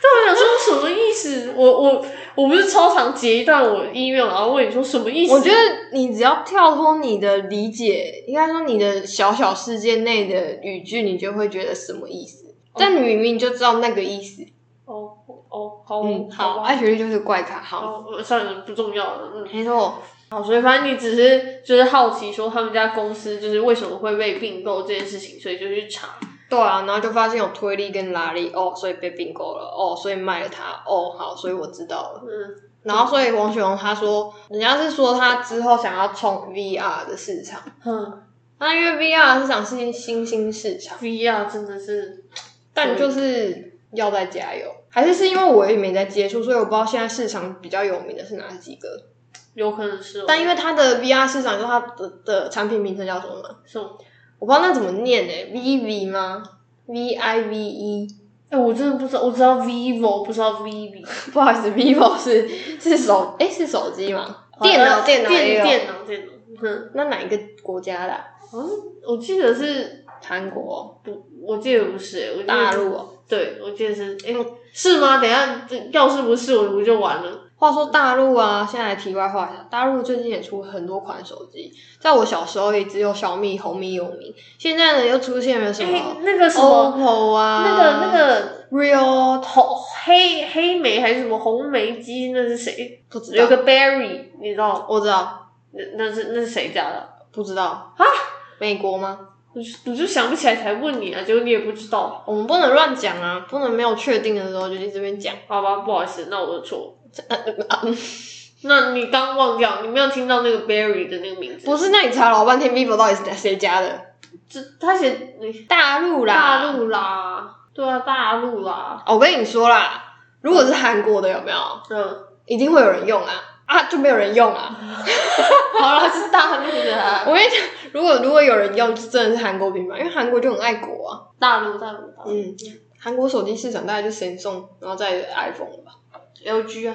[SPEAKER 2] 但我想说什么意思？我我我不是超常截一段我 email，然后问你说什么意思？
[SPEAKER 1] 我觉得你只要跳脱你的理解，应该说你的小小世界内的语句，你就会觉得什么意思。但你明明就知道那个意思。
[SPEAKER 2] 哦哦好
[SPEAKER 1] 嗯，好，
[SPEAKER 2] 吧
[SPEAKER 1] 爱学历就是怪咖。好，
[SPEAKER 2] 好呃算了不重要了嗯
[SPEAKER 1] 没错，
[SPEAKER 2] 好所以反正你只是就是好奇说他们家公司就是为什么会被并购这件事情，所以就去查。
[SPEAKER 1] 对啊，然后就发现有推力跟拉力，哦，所以被并购了，哦，所以卖了它，哦，好，所以我知道了。
[SPEAKER 2] 嗯
[SPEAKER 1] 然后，所以王雪红他说，人家是说他之后想要冲 VR 的市场，
[SPEAKER 2] 哼
[SPEAKER 1] 那因为 VR 市场是新兴市场，
[SPEAKER 2] ，VR 真的是
[SPEAKER 1] 但就是要再加油，还是是因为我也没在接触，所以我不知道现在市场比较有名的是哪几个。
[SPEAKER 2] 有可能是哦、
[SPEAKER 1] 但因为它的 VR 市场，就是它的的产品名称叫什么吗？
[SPEAKER 2] 什么？
[SPEAKER 1] 我不知道那怎么念诶、v v 吗？V I V E，
[SPEAKER 2] 哎、我真的不知道，我知道 vivo，不知道 viv。
[SPEAKER 1] 不好意思，vivo 是是手诶、是手机吗？电脑
[SPEAKER 2] 好
[SPEAKER 1] 电脑也
[SPEAKER 2] 哦电
[SPEAKER 1] 有
[SPEAKER 2] 电脑电脑。嗯，
[SPEAKER 1] 那哪一个国家的啊、
[SPEAKER 2] 好像我记得是
[SPEAKER 1] 韩国、
[SPEAKER 2] 不，我记得不是、欸，我记得
[SPEAKER 1] 大
[SPEAKER 2] 是
[SPEAKER 1] 陆、哦。
[SPEAKER 2] 对，我记得是，哎、是吗？等一下，这要是不是我我就完了。
[SPEAKER 1] 话说大陆啊，现在来题外话一下，大陆最近也出很多款手机，在我小时候也只有小米、红米有名，现在呢又出现了什
[SPEAKER 2] 哎、
[SPEAKER 1] 么
[SPEAKER 2] 那个什么，
[SPEAKER 1] OPPO 啊，
[SPEAKER 2] 那个那个
[SPEAKER 1] Real
[SPEAKER 2] 红黑黑莓还是什么红莓鸡，那是谁？
[SPEAKER 1] 不知道，
[SPEAKER 2] 有个 Berry，你知道？
[SPEAKER 1] 我知道，
[SPEAKER 2] 那那是那是谁家的？
[SPEAKER 1] 不知道
[SPEAKER 2] 啊？
[SPEAKER 1] 美国吗？
[SPEAKER 2] 我就我就想不起来才问你啊，结果你也不知道，
[SPEAKER 1] 我们不能乱讲啊，不能没有确定的时候就去这边讲。
[SPEAKER 2] 好吧，不好意思，那我的错。
[SPEAKER 1] 呃嗯
[SPEAKER 2] 那你刚忘掉，你没有听到那个 Barry 的那个名字？
[SPEAKER 1] 不是，那你查老半天 Vivo 到底是谁家的？
[SPEAKER 2] 这他写你
[SPEAKER 1] 大陆啦，
[SPEAKER 2] 大陆啦，对啊，大陆啦，
[SPEAKER 1] 哦我跟你说啦，如果是韩国的有没有，
[SPEAKER 2] 嗯，
[SPEAKER 1] 一定会有人用啊啊，就没有人用啊。
[SPEAKER 2] 好啦，是大陆的啊啦，
[SPEAKER 1] 我跟你讲，如果如果有人用，就真的是韩国品牌，因为韩国就很爱国啊。
[SPEAKER 2] 大陆大陆大陆
[SPEAKER 1] 嗯，韩国手机市场大概就 Samsung，然后再 iPhone 了吧。
[SPEAKER 2] ，LG 啊，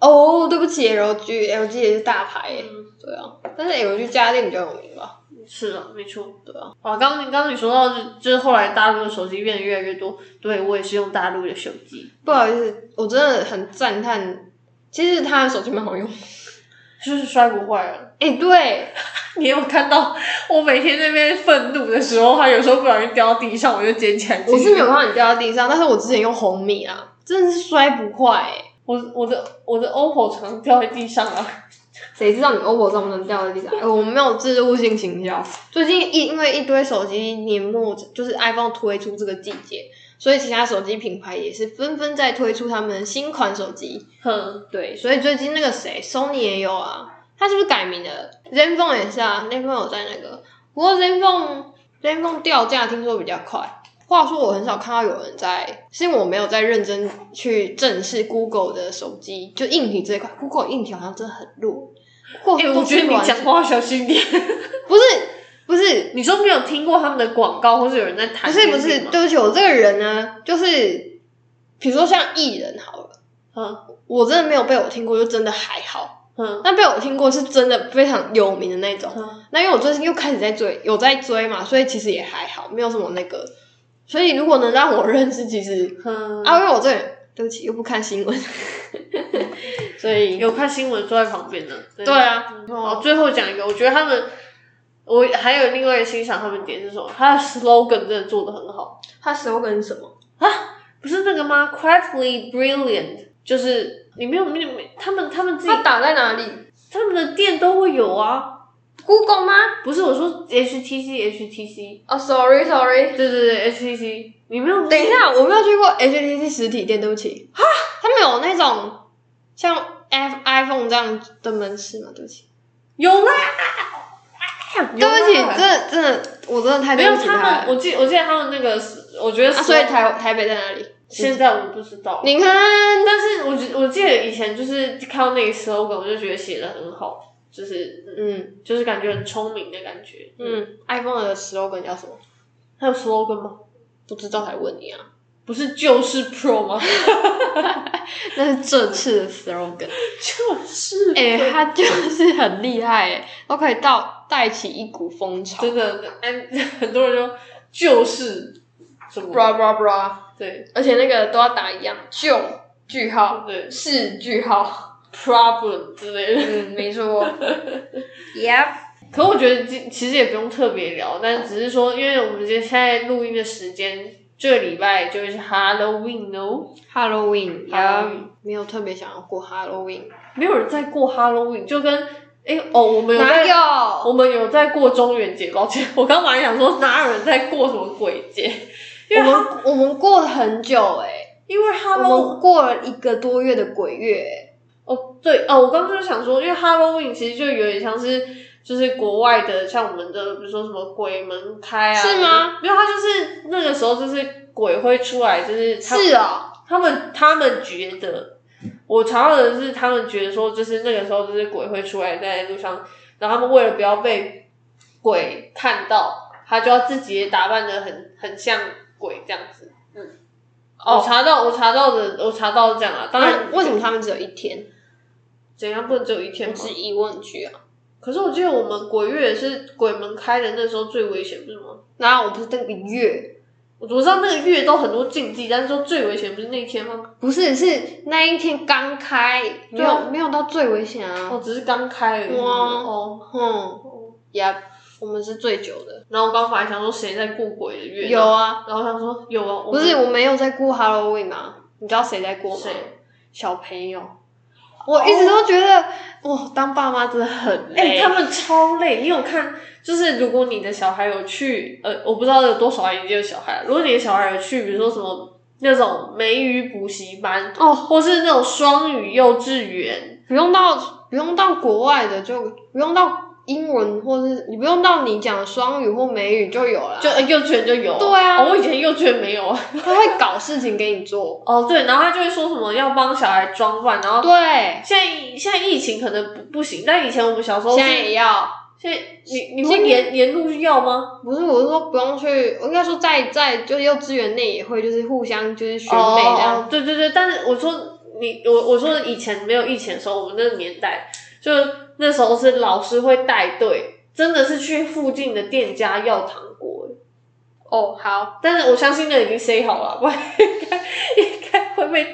[SPEAKER 1] 哦，对不起，LG，LG 也是大牌耶。
[SPEAKER 2] 嗯，
[SPEAKER 1] 对啊，但是 LG 家电比较有名吧？是
[SPEAKER 2] 是啊，没错。
[SPEAKER 1] 对啊，
[SPEAKER 2] 哇，刚刚你刚刚你说到就，就是后来大陆的手机变得越来越多，对我也是用大陆的手机，
[SPEAKER 1] 不好意思，我真的很赞叹，其实它的手机蛮好用。
[SPEAKER 2] 就是摔不坏啊。
[SPEAKER 1] 哎、对，
[SPEAKER 2] 你有看到我每天在那边愤怒的时候，它有时候不小心掉到地上，我就捡起来。
[SPEAKER 1] 我是没有，看到你掉到地上，但是我之前用红米啊，真的是摔不坏、欸。
[SPEAKER 2] 我我的我的 OPPO 常常掉在地上啊。
[SPEAKER 1] 谁知道你 OPPO 能不能掉在地上？哎我们没有置入性行销。最近一因为一堆手机年末就是 iPhone 推出这个季节，所以其他手机品牌也是纷纷在推出他们的新款手机。
[SPEAKER 2] [LAUGHS] 哼，
[SPEAKER 1] 对，所以最近那个谁，Sony 也有啊，他是不是改名了？Zenfone 也是啊，Zenfone 有在那个，不过 Zenfone Zenfone 掉价听说比较快。话说我很少看到有人在，是因为我没有在认真去正视 Google 的手机，就硬体这一块，Google 硬体好像真的很弱。过
[SPEAKER 2] 哎、我觉得你讲话要小心点。
[SPEAKER 1] 不是不是
[SPEAKER 2] 你说没有听过他们的广告，或是有人在谈？
[SPEAKER 1] 不是不是，对不起，我这个人呢，就是比如说像艺人好了，
[SPEAKER 2] 嗯
[SPEAKER 1] 我真的没有被我听过，就真的还好。
[SPEAKER 2] 嗯
[SPEAKER 1] 但被我听过是真的非常有名的那种。
[SPEAKER 2] 嗯，
[SPEAKER 1] 那因为我最近又开始在追，有在追嘛，所以其实也还好，没有什么那个。所以如果能让我认识，其实
[SPEAKER 2] 嗯
[SPEAKER 1] 啊，因为我这个人对不起又不看新闻，所以
[SPEAKER 2] 有看新闻坐在旁边的。对
[SPEAKER 1] 对啊，
[SPEAKER 2] 哦，最后讲一个，我觉得他们，我还有另外一个欣赏他们点是什么？他的 slogan 真的做的很好，
[SPEAKER 1] 他 slogan 是什么？
[SPEAKER 2] 不是那个吗？Quietly brilliant，就是你没有没有没有，他们他们自己
[SPEAKER 1] 他打在哪里
[SPEAKER 2] 他们的店都会有啊。
[SPEAKER 1] ？Google 吗？
[SPEAKER 2] 不是我说 HTC HTC，
[SPEAKER 1] 哦、s o r r y sorry，
[SPEAKER 2] 对对对 HTC，你没有
[SPEAKER 1] 等一下，我没有去过 HTC 实体店，对不起。哈，他们有那种像 F iPhone 这样的门市吗？对不起，
[SPEAKER 2] 有啦，
[SPEAKER 1] 对不起
[SPEAKER 2] 有啦，
[SPEAKER 1] 真的真的，我真的太
[SPEAKER 2] 没
[SPEAKER 1] 啊对
[SPEAKER 2] 有
[SPEAKER 1] 不起
[SPEAKER 2] 他
[SPEAKER 1] 他
[SPEAKER 2] 们，
[SPEAKER 1] 了。
[SPEAKER 2] 我记我记得他们那个是，我觉得
[SPEAKER 1] 啊，所以台台北在哪里？
[SPEAKER 2] 现在我不知道，
[SPEAKER 1] 你看，
[SPEAKER 2] 但是我记我记得以前就是看到那个 slogan，我就觉得写的很好，就是
[SPEAKER 1] 嗯
[SPEAKER 2] 就是感觉很聪明的感觉。，
[SPEAKER 1] 嗯，iPhone 的 slogan 叫什么？
[SPEAKER 2] 还有 slogan 吗？
[SPEAKER 1] 不知道才问你啊。
[SPEAKER 2] 不是就是 Pro 吗？
[SPEAKER 1] [LAUGHS] 那是这次的 slogan，
[SPEAKER 2] [LAUGHS] 就是
[SPEAKER 1] 哎、他就是很厉害、哎，都可以到带起一股风潮。
[SPEAKER 2] 真的，哎，很多人就就是什么
[SPEAKER 1] bra bra，
[SPEAKER 2] 对
[SPEAKER 1] 而且那个都要打一样，就句号，
[SPEAKER 2] 对
[SPEAKER 1] 是句号。 [LAUGHS]
[SPEAKER 2] problem 之类的。 [LAUGHS]
[SPEAKER 1] 嗯，没错。yep。
[SPEAKER 2] 可我觉得其其实也不用特别聊，但只是说，因为我们今天现在录音的时间，这个礼拜就是 Halloween 哦，
[SPEAKER 1] Halloween，嗯
[SPEAKER 2] Halloween
[SPEAKER 1] 没有特别想要过 Halloween。
[SPEAKER 2] 没有人在过 Halloween，就跟哎哦，我们有
[SPEAKER 1] 哪
[SPEAKER 2] 在
[SPEAKER 1] 有？
[SPEAKER 2] 我们有在过中元节，抱歉， [LAUGHS] 我刚本来想说哪有人在过什么鬼节，因
[SPEAKER 1] 我
[SPEAKER 2] 为
[SPEAKER 1] 们我们过了很久哎、
[SPEAKER 2] 因为
[SPEAKER 1] 我
[SPEAKER 2] Halloween
[SPEAKER 1] 们过了一个多月的鬼月、欸。
[SPEAKER 2] 哦对哦，我刚刚就是想说，因为 Halloween 其实就有点像是就是国外的，像我们的比如说什么鬼门开啊，
[SPEAKER 1] 是吗？
[SPEAKER 2] 没有，它就是那个时候就是鬼会出来，就是他
[SPEAKER 1] 是啊、
[SPEAKER 2] 他们他们觉得，我查到的是他们觉得说，就是那个时候就是鬼会出来在路上，然后他们为了不要被鬼看到，他就要自己也打扮的很很像鬼这样子。嗯，
[SPEAKER 1] 哦
[SPEAKER 2] 我查到我查到的我查到是这样啊，当然、
[SPEAKER 1] 那为什么他们只有一天？
[SPEAKER 2] 怎样不能只有一天
[SPEAKER 1] 我
[SPEAKER 2] 吗？
[SPEAKER 1] 是疑问句啊。
[SPEAKER 2] 可是我记得我们鬼月也是鬼门开的那时候最危险，不是吗？
[SPEAKER 1] 然后我不是那个月，
[SPEAKER 2] 我我知道那个月都很多禁忌，但是说最危险不是那一天吗？
[SPEAKER 1] 不是是那一天刚开，没有没有到最危险啊。
[SPEAKER 2] 哦，只是刚开而已。
[SPEAKER 1] 哇
[SPEAKER 2] 哦，
[SPEAKER 1] 嗯，Yep，我们是最久的。
[SPEAKER 2] 然后我刚本来想说谁在过鬼的月呢，
[SPEAKER 1] 有啊，
[SPEAKER 2] 然后他说有啊，
[SPEAKER 1] 不是我没有在过 Halloween 吗？你知道谁在过吗？哦
[SPEAKER 2] 谁
[SPEAKER 1] 小朋友。我一直都觉得，哇，当爸妈真的很
[SPEAKER 2] 哎、
[SPEAKER 1] 累。
[SPEAKER 2] 他们超累。你有看，就是如果你的小孩有去，呃，我不知道有多少年级的小孩，如果你的小孩有去，比如说什么那种美语补习班，
[SPEAKER 1] 哦
[SPEAKER 2] 或是那种双语幼稚园，
[SPEAKER 1] 不用到不用到国外的，就不用到英文，或是你不用到你讲双语或美语就有了，
[SPEAKER 2] 就、呃幼稚园就有。
[SPEAKER 1] 对啊
[SPEAKER 2] 哦我以前幼稚园没有啊。 [LAUGHS]
[SPEAKER 1] 他会搞事情给你做。
[SPEAKER 2] 哦，对，然后他就会说什么要帮小孩装饭，然
[SPEAKER 1] 哦
[SPEAKER 2] 后
[SPEAKER 1] 对，
[SPEAKER 2] 现在现在疫情可能不不行，但以前我们小时候
[SPEAKER 1] 现
[SPEAKER 2] 是
[SPEAKER 1] 在也要，
[SPEAKER 2] 现在你你会沿沿路去要吗？
[SPEAKER 1] 不是我是说不用去，我应该说在在就是幼稚园内也会就是互相就是学
[SPEAKER 2] 哦
[SPEAKER 1] 妹这样。
[SPEAKER 2] 哦对对对，但是我说你我我说以前没有疫情的时候，我们那个年代就那时候是老师会带队，真的是去附近的店家要糖果。
[SPEAKER 1] 哦，好，
[SPEAKER 2] 但是我相信那已经 say 好了，不然应该应该会被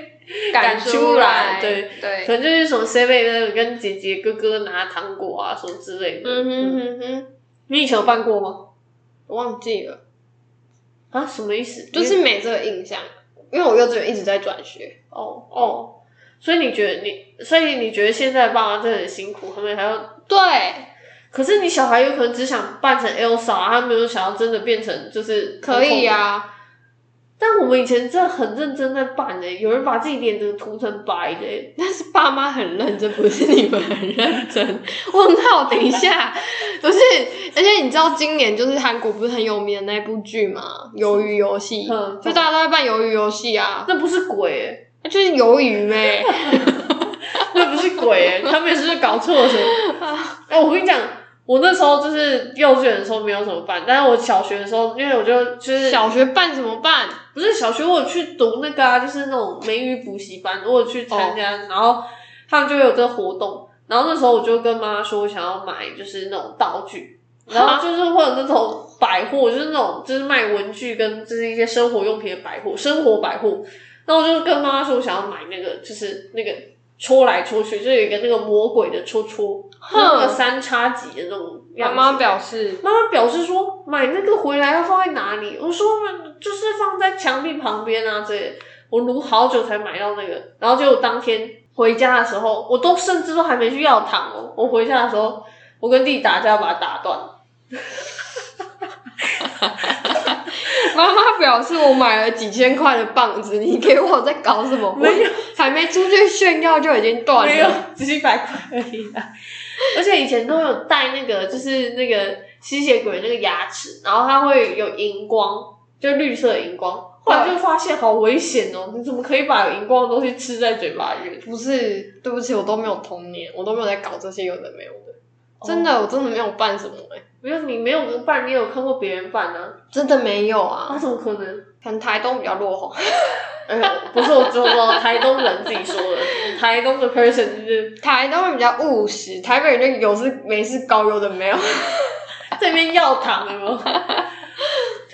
[SPEAKER 2] 赶
[SPEAKER 1] 出
[SPEAKER 2] 来。
[SPEAKER 1] 来，
[SPEAKER 2] 对，
[SPEAKER 1] 对
[SPEAKER 2] 可，能就是什么 say 被那个跟姐姐哥哥拿糖果啊什么之类的。
[SPEAKER 1] 嗯哼哼哼，
[SPEAKER 2] 你以前有办过吗？
[SPEAKER 1] 我忘记了，
[SPEAKER 2] 啊，什么意思？
[SPEAKER 1] 就是没这个印象，因为我幼稚园一直在转学。
[SPEAKER 2] 哦哦，所以你觉得你，所以你觉得现在爸妈真的很辛苦，他们还要，
[SPEAKER 1] 对，
[SPEAKER 2] 可是你小孩有可能只想扮成 Elsa，啊他没有想要真的变成就是
[SPEAKER 1] 可以
[SPEAKER 2] 啊。
[SPEAKER 1] 啊，
[SPEAKER 2] 但我们以前真的很认真在扮的、有人把自己脸整个涂成白的、
[SPEAKER 1] 但是爸妈很认真，不是你们很认真。我很好，等一下， [LAUGHS] 不是，而且你知道今年就是韩国不是很有名的那部剧吗？《鱿鱼游戏》，
[SPEAKER 2] 嗯
[SPEAKER 1] 就大家都在扮鱿鱼游戏啊，
[SPEAKER 2] 那不是鬼、欸，
[SPEAKER 1] 那就是鱿鱼欸呗。
[SPEAKER 2] 那不是
[SPEAKER 1] [LAUGHS]
[SPEAKER 2] 鬼、欸，他们也是搞错了什么？哎、我跟你讲，我那时候就是幼稚园的时候没有怎么办，但是我小学的时候，因为我就就是
[SPEAKER 1] 小学办怎么办？
[SPEAKER 2] 不是小学，我有去读那个啊，就是那种美语补习班，我有去参加，然后他们就有这个活动，然后那时候我就跟妈妈说，我想要买就是那种道具，然后就是会有那种百货，就是那种就是卖文具跟就是一些生活用品的百货，生活百货。然后我就跟妈妈说，我想要买那个，就是那个戳来戳去，就有一个那个魔鬼的戳戳，就是那个
[SPEAKER 1] 哼
[SPEAKER 2] 三叉戟的那种样
[SPEAKER 1] 妈
[SPEAKER 2] 子。
[SPEAKER 1] 妈表示，
[SPEAKER 2] 妈妈表示说买那个回来要放在哪里？我说就是放在墙壁旁边啊之类的。我撸好久才买到那个，然后结果当天回家的时候，我都甚至都还没去药糖哦。我回家的时候，我跟弟打架把它打断了。
[SPEAKER 1] 妈妈表示我买了几千块的棒子，你给我在搞什么？
[SPEAKER 2] 没有，
[SPEAKER 1] 还没出去炫耀就已经断
[SPEAKER 2] 没有
[SPEAKER 1] 了。，
[SPEAKER 2] [LAUGHS] 几百块而已啦。而且以前都有戴那个，就是那个吸血鬼那个牙齿，然后它会有荧光，就绿色的荧光。后来就发现好危险哦！你怎么可以把有荧光的东西吃在嘴巴里面？
[SPEAKER 1] 不是，对不起，我都没有童年，我都没有在搞这些有的没有的。
[SPEAKER 2] 哦
[SPEAKER 1] 真的，我真的没有办什么、欸，
[SPEAKER 2] 没有，你没有办，你有看过别人办啊？
[SPEAKER 1] 真的没有
[SPEAKER 2] 啊，
[SPEAKER 1] 啊。
[SPEAKER 2] 怎么可能？
[SPEAKER 1] 可能台东比较落后，
[SPEAKER 2] 哎呦，不是我说的，台东人自己说的，台东的 person 就是
[SPEAKER 1] 台东人比较务实，台北人就有事没事搞，有的没有。 [LAUGHS]
[SPEAKER 2] 这边药堂有没有？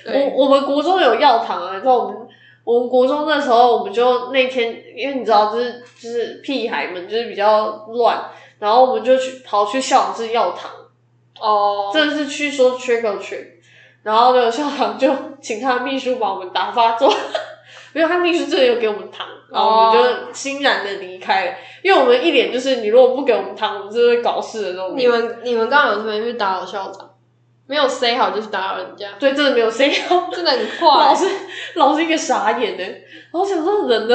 [SPEAKER 1] 我
[SPEAKER 2] 我我们国中有药堂啊，你知道我们我们国中那时候，我们就那天，因为你知道，就是就是屁孩们就是比较乱，然后我们就去跑去校长室药堂，
[SPEAKER 1] 哦，
[SPEAKER 2] 真的是去说 trick or treat，然后呢，校长就请他的秘书把我们打发走，没有，他秘书真的有给我们糖，然后我
[SPEAKER 1] 哦
[SPEAKER 2] 们就欣然的离开了，因为我们一脸就是你如果不给我们糖，我们就是会搞事的那种。
[SPEAKER 1] 你们你们刚刚有没去打扰校长？没有 say 好就是打扰人家，
[SPEAKER 2] 对，真的没有 say
[SPEAKER 1] [LAUGHS]
[SPEAKER 2] 好，
[SPEAKER 1] 真的很快。
[SPEAKER 2] 老师老师一个傻眼呢，然后想说人呢，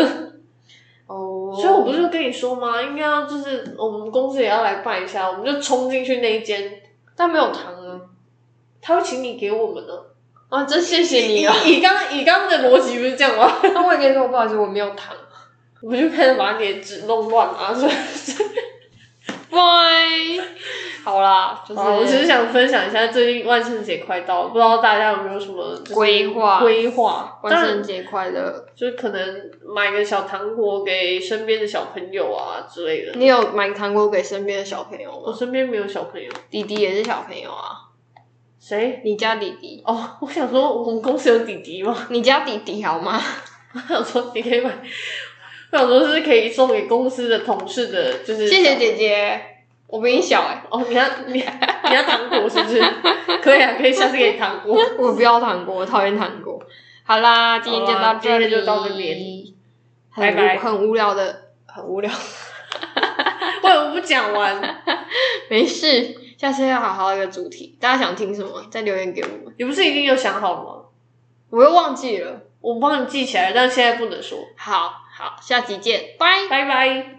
[SPEAKER 1] 哦，
[SPEAKER 2] 所以我不是跟你说吗？应该要就是我们公司也要来办一下，我们就冲进去那一间，
[SPEAKER 1] 但没有糖啊。
[SPEAKER 2] 他会请你给我们的。
[SPEAKER 1] 啊，真谢谢你 [LAUGHS] 哦。
[SPEAKER 2] 以刚以刚的逻辑不是这样吗？
[SPEAKER 1] 那我也跟你说，不好意思，我没有糖。
[SPEAKER 2] 我就开始把你的纸弄乱啊！所以
[SPEAKER 1] 拜。好啦，
[SPEAKER 2] [LAUGHS]
[SPEAKER 1] 就是、
[SPEAKER 2] 啊，我只是想分享一下最近万圣节快到了，不知道大家有没有什么就是
[SPEAKER 1] 规划
[SPEAKER 2] 规划，
[SPEAKER 1] 万圣
[SPEAKER 2] 当然
[SPEAKER 1] 节快乐。
[SPEAKER 2] 就是可能买个小糖果给身边的小朋友啊之类的。
[SPEAKER 1] 你有买糖果给身边的小朋友
[SPEAKER 2] 我
[SPEAKER 1] 吗？
[SPEAKER 2] 身边没有小朋友，
[SPEAKER 1] 弟弟也是小朋友啊，
[SPEAKER 2] 谁？
[SPEAKER 1] 你家弟弟，
[SPEAKER 2] 哦，我想说我们公司有弟弟吗？ [LAUGHS]
[SPEAKER 1] 你家弟弟好吗？
[SPEAKER 2] 我想说你可以买，我想说是可以送给公司的同事的，就
[SPEAKER 1] [LAUGHS]
[SPEAKER 2] 是
[SPEAKER 1] 谢
[SPEAKER 2] 小
[SPEAKER 1] 谢姐姐，我比你小哎、
[SPEAKER 2] 哦，你要你你要糖果是不 [LAUGHS] 是？可以啊，可以下次给你糖果。 [LAUGHS]
[SPEAKER 1] 我不要糖果，我讨厌糖果。好啦，今天就
[SPEAKER 2] 好啦
[SPEAKER 1] 到这里，
[SPEAKER 2] 今天就到这边
[SPEAKER 1] 很无
[SPEAKER 2] 拜拜
[SPEAKER 1] 很无聊的，很无聊。
[SPEAKER 2] 喂，我不讲完，
[SPEAKER 1] 没事，下次要好好一个主题，大家想听什么再留言给我们。
[SPEAKER 2] 你不是已经有想好了吗？
[SPEAKER 1] 我又忘记了，
[SPEAKER 2] 我帮你记起来，但现在不能说。
[SPEAKER 1] 好好，下集见，拜。
[SPEAKER 2] 拜拜。